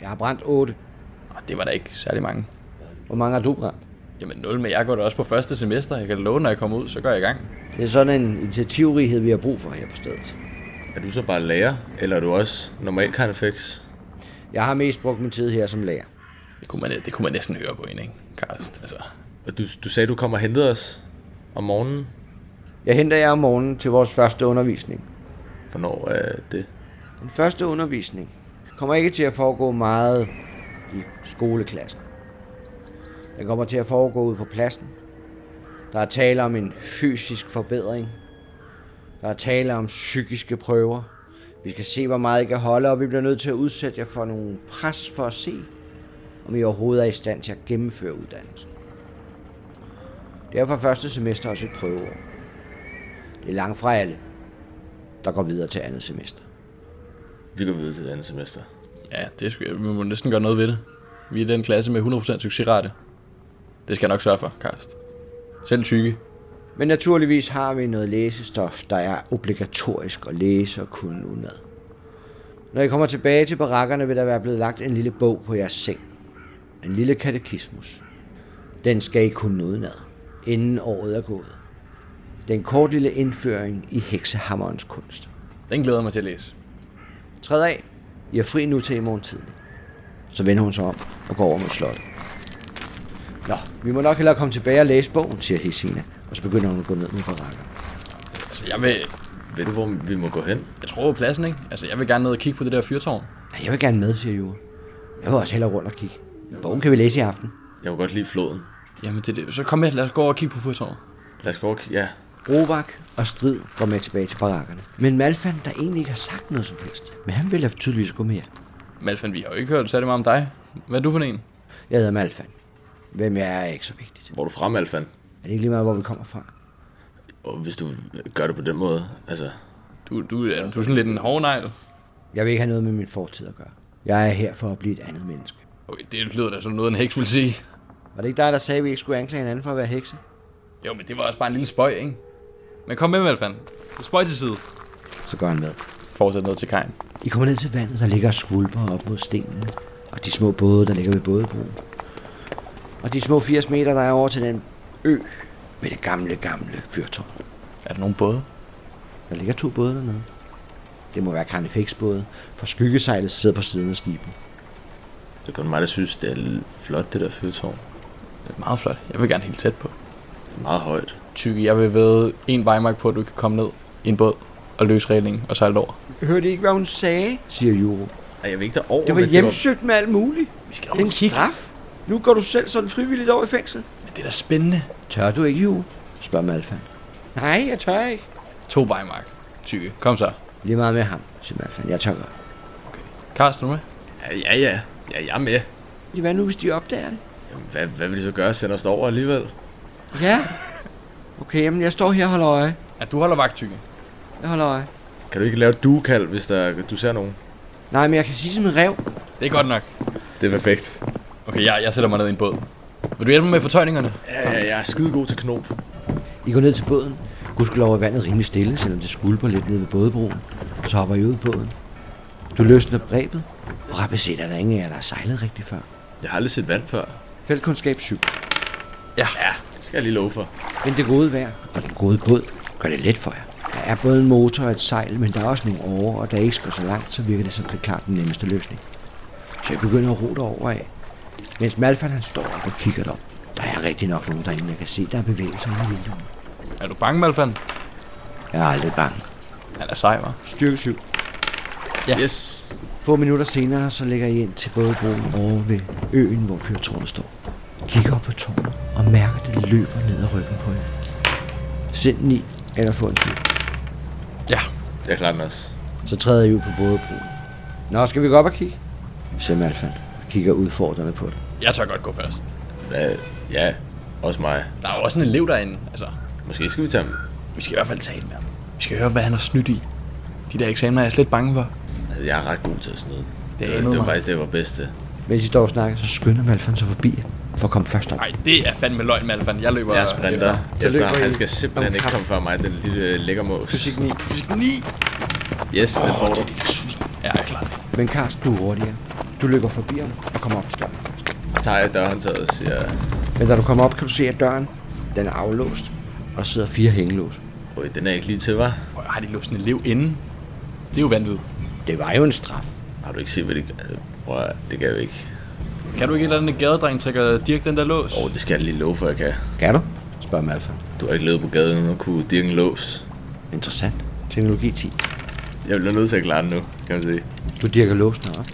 Jeg har brændt 8. Ah, Det var da ikke særlig mange. Hvor mange har du brændt? Jamen nul, men jeg går da også på første semester. Jeg kan love, når jeg kommer ud, så går jeg i gang. Det er sådan en initiativrighed, vi har brug for her på stedet. Er du så bare lærer, eller er du også normal carnifex? Jeg har mest brugt min tid her som lærer. Det kunne man, det kunne man næsten høre på en, ikke? Karst, altså. Og du, du sagde, du kommer og hentede os om morgenen. Jeg henter jer om morgenen til vores første undervisning. Hvornår er det? Den første undervisning kommer ikke til at foregå meget i skoleklassen. Den kommer til at foregå ude på pladsen. Der er tale om en fysisk forbedring. Der er tale om psykiske prøver. Vi skal se, hvor meget I kan holde, og vi bliver nødt til at udsætte jer for nogle pres for at se, om I overhovedet er i stand til at gennemføre uddannelsen. Det er for første semester også et prøveår. Det er langt fra alle, der går videre til andet semester. Vi går videre til det andet semester. Ja, det skal, vi må næsten gøre noget ved det. Vi er den klasse med 100% succesrate. Det skal jeg nok sørge for, Karst. Selv tykke. Men naturligvis har vi noget læsestof, der er obligatorisk at læse og kunne udenad. Når I kommer tilbage til barakkerne, vil der være blevet lagt en lille bog på jeres seng. En lille katekismus. Den skal I kunne udenad, inden året er gået. Det er en kort lille indføring i heksehammerens kunst. Den glæder jeg mig til at læse. Træd af. I er fri nu til i morgen tidlig. Så vender hun sig om og går over mod slottet. Nå, vi må nok hellere komme tilbage og læse bogen, siger Hesina. Og så begynder hun at gå ned med barakker. Altså, jeg vil... Ved du, hvor vi må gå hen? Jeg tror på pladsen, ikke? Altså, jeg vil gerne ned og kigge på det der fyrtårn. "Ja, Jeg vil gerne med, siger Jure. Jeg vil også hellere rundt og kigge. Bogen kan vi læse i aften. Jeg kunne godt lide floden. Jamen, det er det. Så kom med, lad os gå over og kigge på fyrtårnet. Lad os gå og kigge. Ja, Robak og Strid går med tilbage til barakkerne. Men Malfan, der egentlig ikke har sagt noget som helst. Men han vil have tydeligvis gå mere. Malfan, vi har jo ikke hørt særlig meget om dig. Hvad er du for en? Jeg hedder Malfan. Hvem jeg er, er ikke så vigtigt. hvor er du fra, Malfan? Er det ikke lige meget, hvor vi kommer fra? Og hvis du gør det på den måde, altså... Du, du, er, du er sådan lidt en hård negl. Jeg vil ikke have noget med min fortid at gøre. Jeg er her for at blive et andet menneske. Okay, det lyder da som noget, en heks ville sige. Var det ikke dig, der sagde, at vi ikke skulle anklage hinanden for at være hekse? Jo, men det var også bare en lille spøj, ikke? Men kom med, Malfan. Spøj til side. Så går han med. Fortsæt ned til kajen. I kommer ned til vandet, der ligger og skvulper op mod stenene, og de små både, der ligger ved bådebroen. Og de små 80 meter, der er over til den ø med det gamle, gamle fyrtårn. Er der nogen både? Der ligger to både dernede. Det må være Carnifex-både, for skyggesejlet sidder på siden af skibet. Det er kun mig, der synes, det er flot, det der fyrtårn. Det er meget flot. Jeg vil gerne helt tæt på. Det er meget højt. Tykke, jeg vil ved en vejmark på, at du kan komme ned i en båd og løse reglingen og sejle over. Hørte I ikke, hvad hun sagde? siger Juro. Ej, jeg vil ikke derover, Det var men hjemsøgt med alt muligt. Vi skal Det er en straf. Nu går du selv sådan frivilligt over i fængsel. Men det er da spændende. Tør du ikke, Juro? spørger Malfan. Nej, jeg tør ikke. To vejmark. Tykke, kom så. Lige meget med ham, siger Malfan. Jeg tør godt. Karsten, er du med? Ja, ja, ja. Ja, jeg er med. Hvad nu, hvis de opdager det? Jamen, hvad, hvad vil de så gøre? Sender os over alligevel? Ja. Okay, jamen jeg står her og holder øje. Ja, du holder vagt, Tykke. Jeg holder øje. Kan du ikke lave et duekald, hvis der, du ser nogen? Nej, men jeg kan sige som en rev. Det er godt nok. Det er perfekt. Okay, jeg, jeg sætter mig ned i en båd. Vil du hjælpe mig med fortøjningerne? Ja, ja, jeg er skide god til knop. I går ned til båden. Gudskelov er vandet rimelig stille, selvom det skvulper lidt nede ved bådebroen. Så hopper I ud i båden. Du løsner brebet. Og rappet set er der ingen af jer, der har sejlet rigtigt før. Jeg har aldrig set vand før. Feltkundskab 7. Ja, det skal jeg lige love for. Men det gode vejr og den gode båd gør det let for jer. Der er både en motor og et sejl, men der er også nogle over, og da I ikke skal så langt, så virker det som det klart den nemmeste løsning. Så jeg begynder at rote over af, mens Malfan han står op og kigger derop. Der er rigtig nok nogen derinde, jeg kan se, der er bevægelser i vinduet. Er du bange, Malfan? Jeg er aldrig bange. Han er sej, hva'? Styrke 7. Ja. Yes. Få minutter senere, så lægger I ind til bådebroen over ved øen, hvor fyrtårnet står. Kigger op på tårnet og mærker, at det løber ned ad ryggen på jer. Send 9 eller få en 7. Ja. Jeg klarer den også. Så træder I ud på bådebroen. Nå, skal vi gå op og kigge? Siger Malfan og kigger udfordrende på det. Jeg tør godt gå først. Ja, ja, også mig. Der er jo også en elev derinde. Altså, Måske skal vi tage dem. vi skal i hvert fald tale med ham. Vi skal høre, hvad han har snydt i. De der eksamener er jeg slet bange for. Altså, jeg er ret god til at snyde. Det Det, var- anede det mig. var faktisk det, jeg var bedst til. Mens I står og snakker, så skynder Malfan sig forbi jer, for at komme først op. Nej, det er fandme løgn, Malfan. Jeg løber... Jeg sprinter. Efter løber ham. Han I- skal simpelthen ikke komme før mig, den lille øh, lækker mås. Fysik 9. Fysik 9. Yes, det får du. Ja, jeg er klar. Men Karsten, du er hurtigere. Du løber forbi ham og kommer op til døren. Så tager jeg dørhåndtaget og siger, Men da du kommer op, kan du se, at døren den er aflåst, og der sidder fire hængelås. Øj, den er ikke lige til, var. Prøv, har de låst en elev inden? Det er jo vanvittigt. Det var jo en straf. Har du ikke set, hvad det gør? Prøv at, det kan jeg jo ikke. Kan du ikke et eller andet gadedreng trækker Dirk den der lås? Åh, oh, det skal jeg lige love for, jeg kan. Kan du? spørger Malfan. Du har ikke levet på gaden, uden at kunne dirke en lås. Interessant. Teknologi 10. Jeg bliver nødt til at klare den nu, kan man sige. Du dirker låsene op.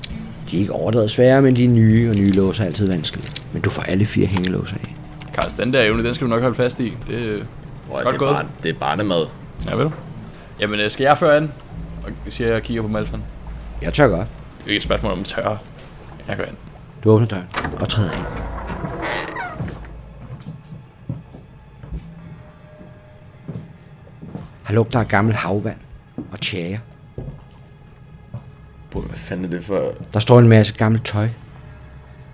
De er ikke overdrevet svære, men de er nye, og nye lås er altid vanskelige. Men du får alle fire hængelåser af. Karls, den der evne, den skal du nok holde fast i. Det er Prøv at, godt det, er gået. barn, det er barnemad. Ja, vel? Jamen, øh, skal jeg føre an? Og siger jeg og kigger på Malfan. Det Jeg tør godt. er jo ikke et spørgsmål om tørre. Jeg går ind. Du åbner døren og træder ind. Han lugter af gammel havvand og tjære. Bro, hvad fanden er det for... Der står en masse gammelt tøj.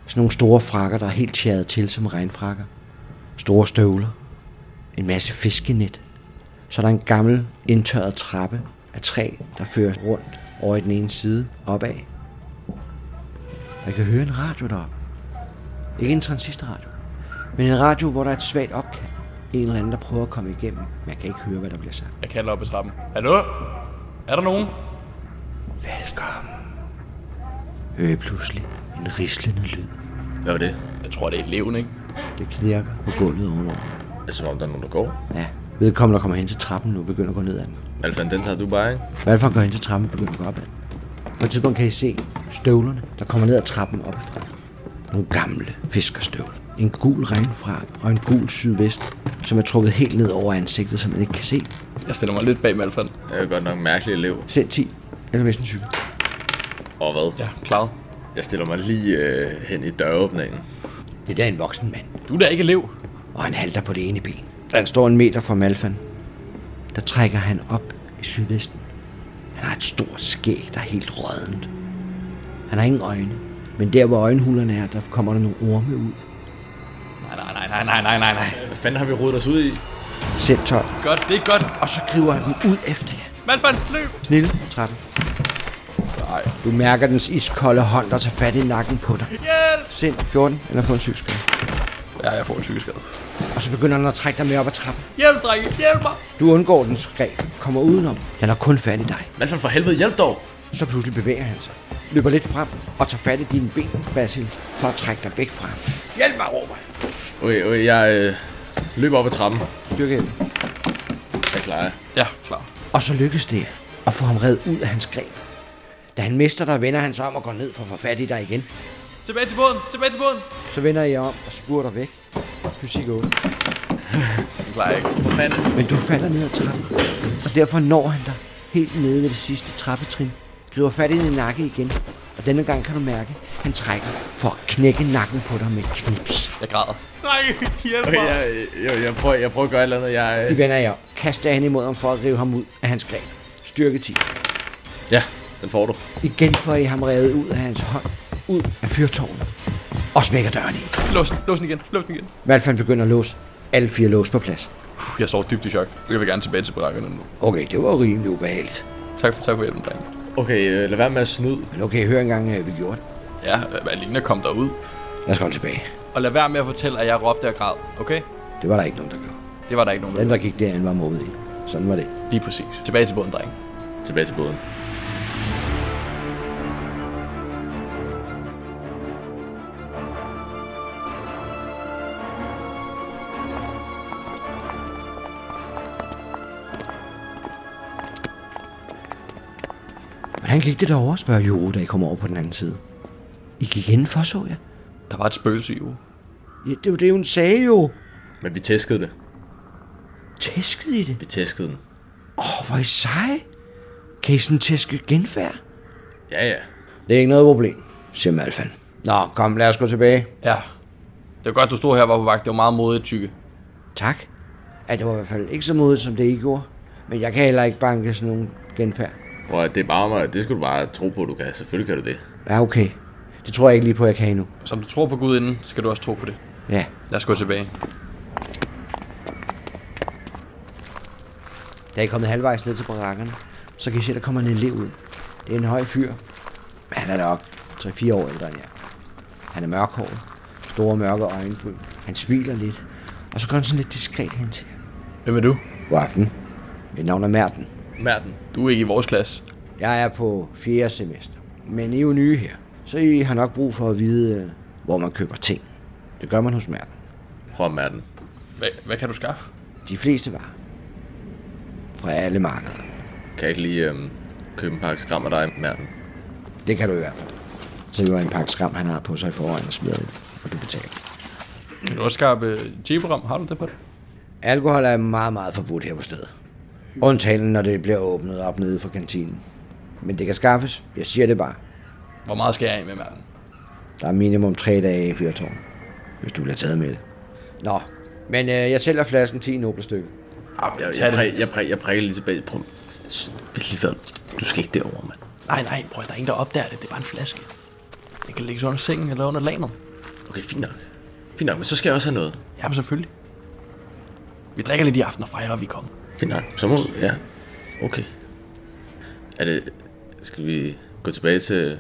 Sådan nogle store frakker, der er helt tjæret til som regnfrakker. Store støvler. En masse fiskenet. Så er der en gammel, indtørret trappe af træ, der fører rundt over i den ene side opad. Og jeg kan høre en radio deroppe. Ikke en transistorradio, men en radio, hvor der er et svagt opkald. En eller anden, der prøver at komme igennem. Man kan ikke høre, hvad der bliver sagt. Jeg kalder op ad trappen. Hallo? Er der nogen? Velkommen. Hører jeg pludselig en rislende lyd. Hvad var det? Jeg tror, det er eleven, ikke? Det knirker på gulvet ovenover. Det er som om, der er nogen, der går. Ja, vedkommende der kommer hen til trappen nu, begynder at gå ned ad den. Alfan, den tager du bare, ikke? Valfang går hen til trappen og begynder at gå opad. På et tidspunkt kan I se støvlerne, der kommer ned ad trappen op fra. Nogle gamle fiskerstøvler. En gul regnfrak og en gul sydvest, som er trukket helt ned over ansigtet, så man ikke kan se. Jeg stiller mig lidt bag med Alfred. Jeg er jo godt nok en mærkelig elev. Send 10 eller mest en cykel. Og hvad? Ja, klaret. Jeg stiller mig lige øh, hen i døråbningen. Det der er en voksen mand, Du er da ikke elev. og han halter på det ene ben. Han står en meter fra Malfan. Der trækker han op i sydvesten. Han har et stort skæg, der er helt rådent. Han har ingen øjne, men der hvor øjenhulerne er, der kommer der nogle orme ud. Nej, nej, nej, nej, nej, nej, nej, nej. Hvad fanden har vi rodet os ud i? Send 12, Godt, det er godt. og så griber han den ud efter jer. Malfan, løb! Snille, 13. Nej. Du mærker dens iskolde hånd, der tager fat i nakken på dig. Hjælp! Send 14, eller få en sygskade. Ja, jeg får en psykiskade. Og så begynder den at trække dig med op ad trappen. Hjælp, drenge! Hjælp mig! Du undgår dens greb, kommer udenom. Den har kun fat i dig. Malfan, for helvede, hjælp dog! Så pludselig bevæger han sig, løber lidt frem og tager fat i dine ben, Basil, for at trække dig væk fra ham. Hjælp mig, råber han. Okay, okay, jeg øh, løber op ad trappen. Styrke hende. Jeg klarer Ja, klar. Og så lykkes det at få ham reddet ud af hans greb. Da han mister dig, vender han sig om og går ned for at få fat i dig igen. Tilbage til båden! Tilbage til båden! Så vender jeg om og spurter væk. Fysik 8. Jeg klarer ikke. For fanden. Men du falder ned ad trappen, og derfor når han dig helt nede ved det sidste trappetrin. Griber fat i din nakke igen, og denne gang kan du mærke, at han trækker for at knække nakken på dig med et knips. Jeg græder. Drenge, hjælp mig! Okay, jeg, jeg, jeg, prøver, jeg prøver at gøre et eller andet. Jeg, I øh, vender jer om. Kaster han imod ham for at rive ham ud af hans greb. Styrke 10. ja, den får du. Igen får I ham revet ud af hans hånd, ud af fyrtårnet, og smækker døren i. Lås den, lås den igen, lås den igen. Valfan begynder at låse alle fire lås på plads. Puh, jeg sov dybt i chok. Jeg vil gerne tilbage til barakkerne nu. Okay, det var rimelig ubehageligt. Tak for, tak for hjælpen, drenge. Okay, øh, lad være med at snyde. Men okay, hør engang, at vi gjorde det. Ja, øh, Alina kom derud. Lad os komme tilbage. Og lad være med at fortælle, at jeg råbte og græd, okay? Det var der ikke nogen, der gjorde. Det var der ikke nogen, Den, ved. der gik derhen, var modig. Sådan var det. Lige præcis. Tilbage til båden, drenge. Tilbage til båden. Hvordan gik det derovre, spørger Juro, da I kom over på den anden side. I gik indenfor, så jeg. Der var et spøgelse i uge. Ja, det var det, hun sagde jo. Men vi tæskede det. Tæskede I det? Vi tæskede den. Åh, hvor er I seje. Kan I sådan tæske genfærd? Ja, ja. Det er ikke noget problem, siger Malfan. Nå, kom, lad os gå tilbage. Ja. Det var godt, du stod her og var på vagt. Det var meget modigt, tykke. Tak. Ja, det var i hvert fald ikke så modigt, som det I gjorde. Men jeg kan heller ikke banke sådan nogen genfærd. Prøv at det er bare mig. Det skal du bare tro på, du kan. Selvfølgelig kan du det. Ja, okay. Det tror jeg ikke lige på, jeg kan endnu. Som du tror på Gud inden, skal du også tro på det. Ja. Lad os gå tilbage. Da I er kommet halvvejs ned til barakkerne, så kan I se, der kommer en elev ud. Det er en høj fyr. Men Han er nok 3-4 år ældre end jer. Han er mørkhåret. Store mørke øjenbryn. Han smiler lidt. Og så går han sådan lidt diskret hen til jer. Hvem er du? God aften. Mit navn er Merten. Mærten. Du er ikke i vores klasse. Jeg er på fjerde semester. Men I er jo nye her. Så I har nok brug for at vide, øh, hvor man køber ting. Det gør man hos Merten. Prøv at mærten. Hvad, hvad kan du skaffe? De fleste varer. Fra alle markeder. Kan jeg ikke lige øhm, købe en pakke skram af dig, Mærten? Det kan du i hvert fald. Så det var en pakke skram, han har på sig i forvejen og smider det, og du betaler. Kan du også skaffe øh, Jeberam? Har du det på det? Alkohol er meget, meget forbudt her på stedet. Undtagen, når det bliver åbnet op nede fra kantinen. Men det kan skaffes. Jeg siger det bare. Hvor meget skal jeg af med, manden? Der er minimum tre dage i fyrtårn, hvis du bliver taget med det. Nå, men øh, jeg sælger flasken 10 noble stykke. Jeg, tag jeg, det. præ, jeg, præ, jeg prikker lige tilbage. Prøv. S- Lige hvad? Du skal ikke derover, mand. Nej, nej, prøv, der er ingen, der opdager det. Det er bare en flaske. Den kan ligge under sengen eller under lanet. Okay, fint nok. Fint nok, men så skal jeg også have noget. Jamen selvfølgelig. Vi drikker lidt i aften og fejrer, at vi kommer. Fint nok. Så må Ja. Okay. Er det... Skal vi gå tilbage til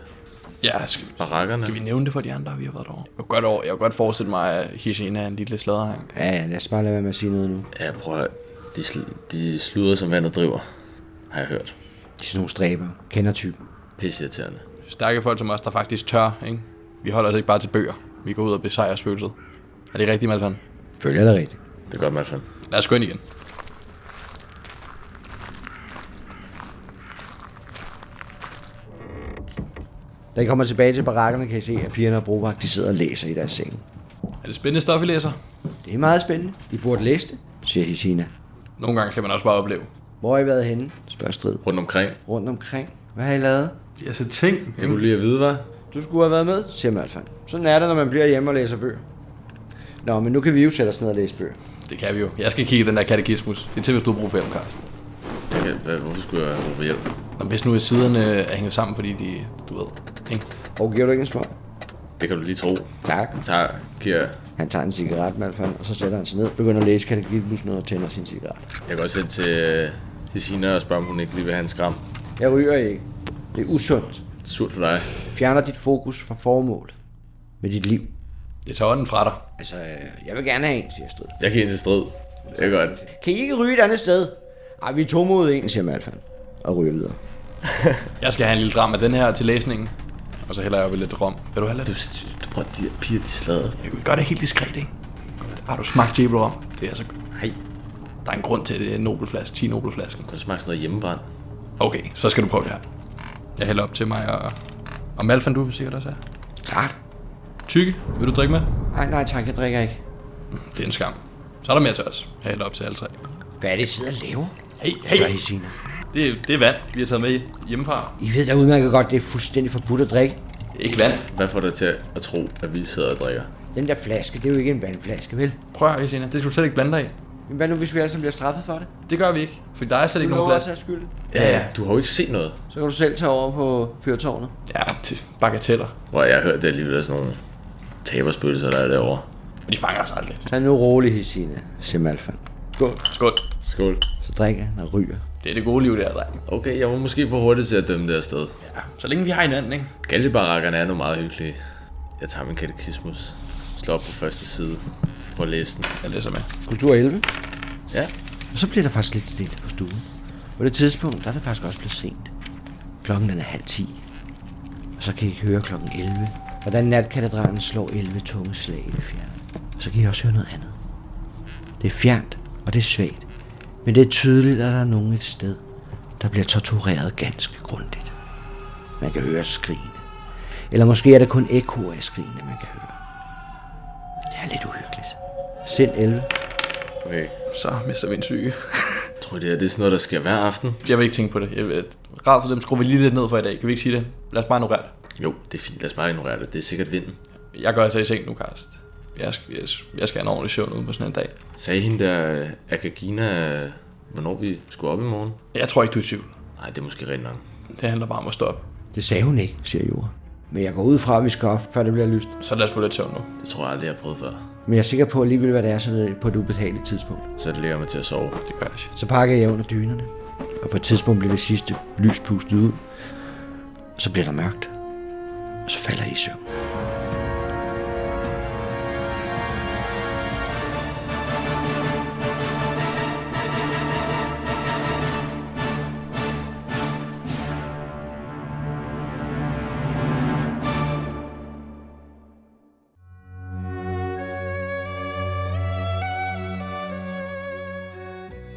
Ja, skal vi, barakkerne? skal vi nævne det for de andre, vi har været derovre? Jeg kunne godt, over, jeg kunne godt forestille mig, at Hishina er en lille sladderhang. Ja, ja, lad os bare lade være med at sige noget nu. Ja, prøv at... De, sl- de sluder som vandet driver, har jeg hørt. De er sådan nogle stræber, kender typen. Pisseirriterende. Stærke folk som os, der faktisk tør, ikke? Vi holder os ikke bare til bøger. Vi går ud og besejrer spøgelset. Er det rigtigt, Malfan? Følger det rigtigt? Det er godt, Malfan. Lad os gå ind igen. Da I kommer tilbage til barakkerne, kan I se, at pigerne og brovagt, de sidder og læser i deres seng. Er det spændende stof, I læser? Det er meget spændende. I burde læse det, siger Hisina. Nogle gange kan man også bare opleve. Hvor har I været henne? spørger Strid. Rundt omkring. Rundt omkring. Hvad har I lavet? Ja, så ting. Det kunne du lige at vide, hvad? Du skulle have været med, siger Malfan. Sådan er det, når man bliver hjemme og læser bøger. Nå, men nu kan vi jo sætte os ned og læse bøger. Det kan vi jo. Jeg skal kigge i den der katekismus. Det er til, hvis du har brug for hjælp, Carsten. Jeg kan, hvad, hvorfor skulle jeg have brug for hjælp? Og hvis nu siderne øh, er hængt sammen, fordi de, du ved, ikke? Og giver du ikke en smøg? Det kan du lige tro. Tak. Jeg tager, giver, Han tager en cigaret, Malfan, og så sætter han sig ned, begynder at læse katekismus og tænder sin cigaret. jeg går også hen til øh, Hesina og spørger, om hun ikke lige vil have en skram. Jeg ryger ikke. Det er usundt. Surt for dig. Det fjerner dit fokus fra formålet med dit liv. Det tager ånden fra dig. Altså, øh, jeg vil gerne have en, siger Strid. Jeg kan ind til strid. Det er godt. Kan I ikke ryge et andet sted? Ej, vi er to mod en, siger Malfan, og ryger videre. Jeg skal have en lille dram af den her til læsningen. Og så hælder jeg op i lidt rom. Vil du have lidt? Du, du prøver de her piger, de slader. Jeg kan gøre det helt diskret, ikke? Godt. Har du smagt jæbelrom? Det er altså... Hej. Der er en grund til at det er en Nobelflaske, 10 Nobelflasken. Kunne du smage sådan noget hjemmebrand? Okay, så skal du prøve det her. Jeg hælder op til mig og... Og Malfan, du vil sikkert også have. Klart. Tykke, vil du drikke med? Nej, nej tak, jeg drikker ikke. Det er en skam. Så er der mere til os. Jeg hælder op til alle tre. Hvad er det, I sidder og laver? Hey, Hvad hey! I siger? Det, det er vand, vi har taget med hjemmefra. I ved da udmærket godt, det er fuldstændig forbudt at drikke. Det er Ikke vand. Hvad får dig til at tro, at vi sidder og drikker? Den der flaske, det er jo ikke en vandflaske, vel? Prøv at høre, Sina. Det skal du slet ikke blande dig i. Men hvad nu, hvis vi alle sammen bliver straffet for det? Det gør vi ikke, for der er slet Du ikke nogen lover at plads. tage skylden. Ja, ja. Du har jo ikke set noget. Så kan du selv tage over på fyrtårnet. Ja, til bagateller. Hvor jeg har hørt, det alligevel er sådan nogle taberspøgelser, der er derovre. Og de fanger os aldrig. Tag nu rolig, Hesina, siger Malfan. Skål. Skål. Skål. Så drikker han og ryger. Det er det gode liv, der, dreng. Okay, jeg var måske for hurtig til at dømme det afsted. Ja, så længe vi har hinanden, ikke? Galgebarakkerne er nu meget hyggelige. Jeg tager min katekismus, slår op på første side, prøver at læse den. Jeg læser med. Kultur 11. Ja, Og så bliver der faktisk lidt stille på stuen. På det tidspunkt, der er det faktisk også blevet sent. Klokken den er halv ti. Og så kan I høre klokken 11, hvordan natkatedralen slår 11 tunge slag i det fjerne. Og så kan I også høre noget andet. Det er fjernt, og det er svagt. Men det er tydeligt, at der er nogen et sted, der bliver tortureret ganske grundigt. Man kan høre skrigene. Eller måske er det kun ekko af skrigene, man kan høre. Det er lidt uhyggeligt. Sind 11. okay. Så mister vi en syge. Jeg tror, det her det er sådan noget, der sker hver aften. Jeg vil ikke tænke på det. Jeg, jeg, rart, så dem skruer vi lige lidt ned for i dag. Kan vi ikke sige det? Lad os bare ignorere det. Jo, det er fint. Lad os bare ignorere det. Det er sikkert vinden. Jeg går altså i seng nu, Karst. Jeg skal, jeg, jeg skal have en ordentlig søvn ude på sådan en dag. Sagde hende der øh, Agagina, øh, hvornår vi skulle op i morgen? Jeg tror ikke, du er i tvivl. Nej, det er måske rent nok. Det handler bare om at stoppe. Det sagde hun ikke, siger Jura. Men jeg går ud fra, at vi skal op, før det bliver lyst. Så lad os få lidt søvn nu. Det tror jeg aldrig, jeg har prøvet før. Men jeg er sikker på, at ligegyldigt hvad det er, så er det på et ubehageligt tidspunkt. Så det lægger mig til at sove. Det gør jeg. altså. Så pakker jeg under dynerne, og på et tidspunkt bliver det sidste lys pustet ud. Så bliver der mørkt, og så falder I i søvn.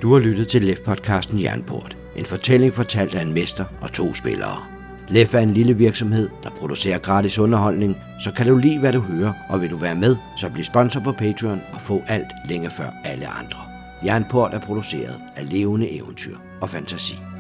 Du har lyttet til Lef-podcasten Jernport. En fortælling fortalt af en mester og to spillere. Lef er en lille virksomhed, der producerer gratis underholdning, så kan du lide, hvad du hører, og vil du være med, så bliv sponsor på Patreon og få alt længe før alle andre. Jernport er produceret af levende eventyr og fantasi.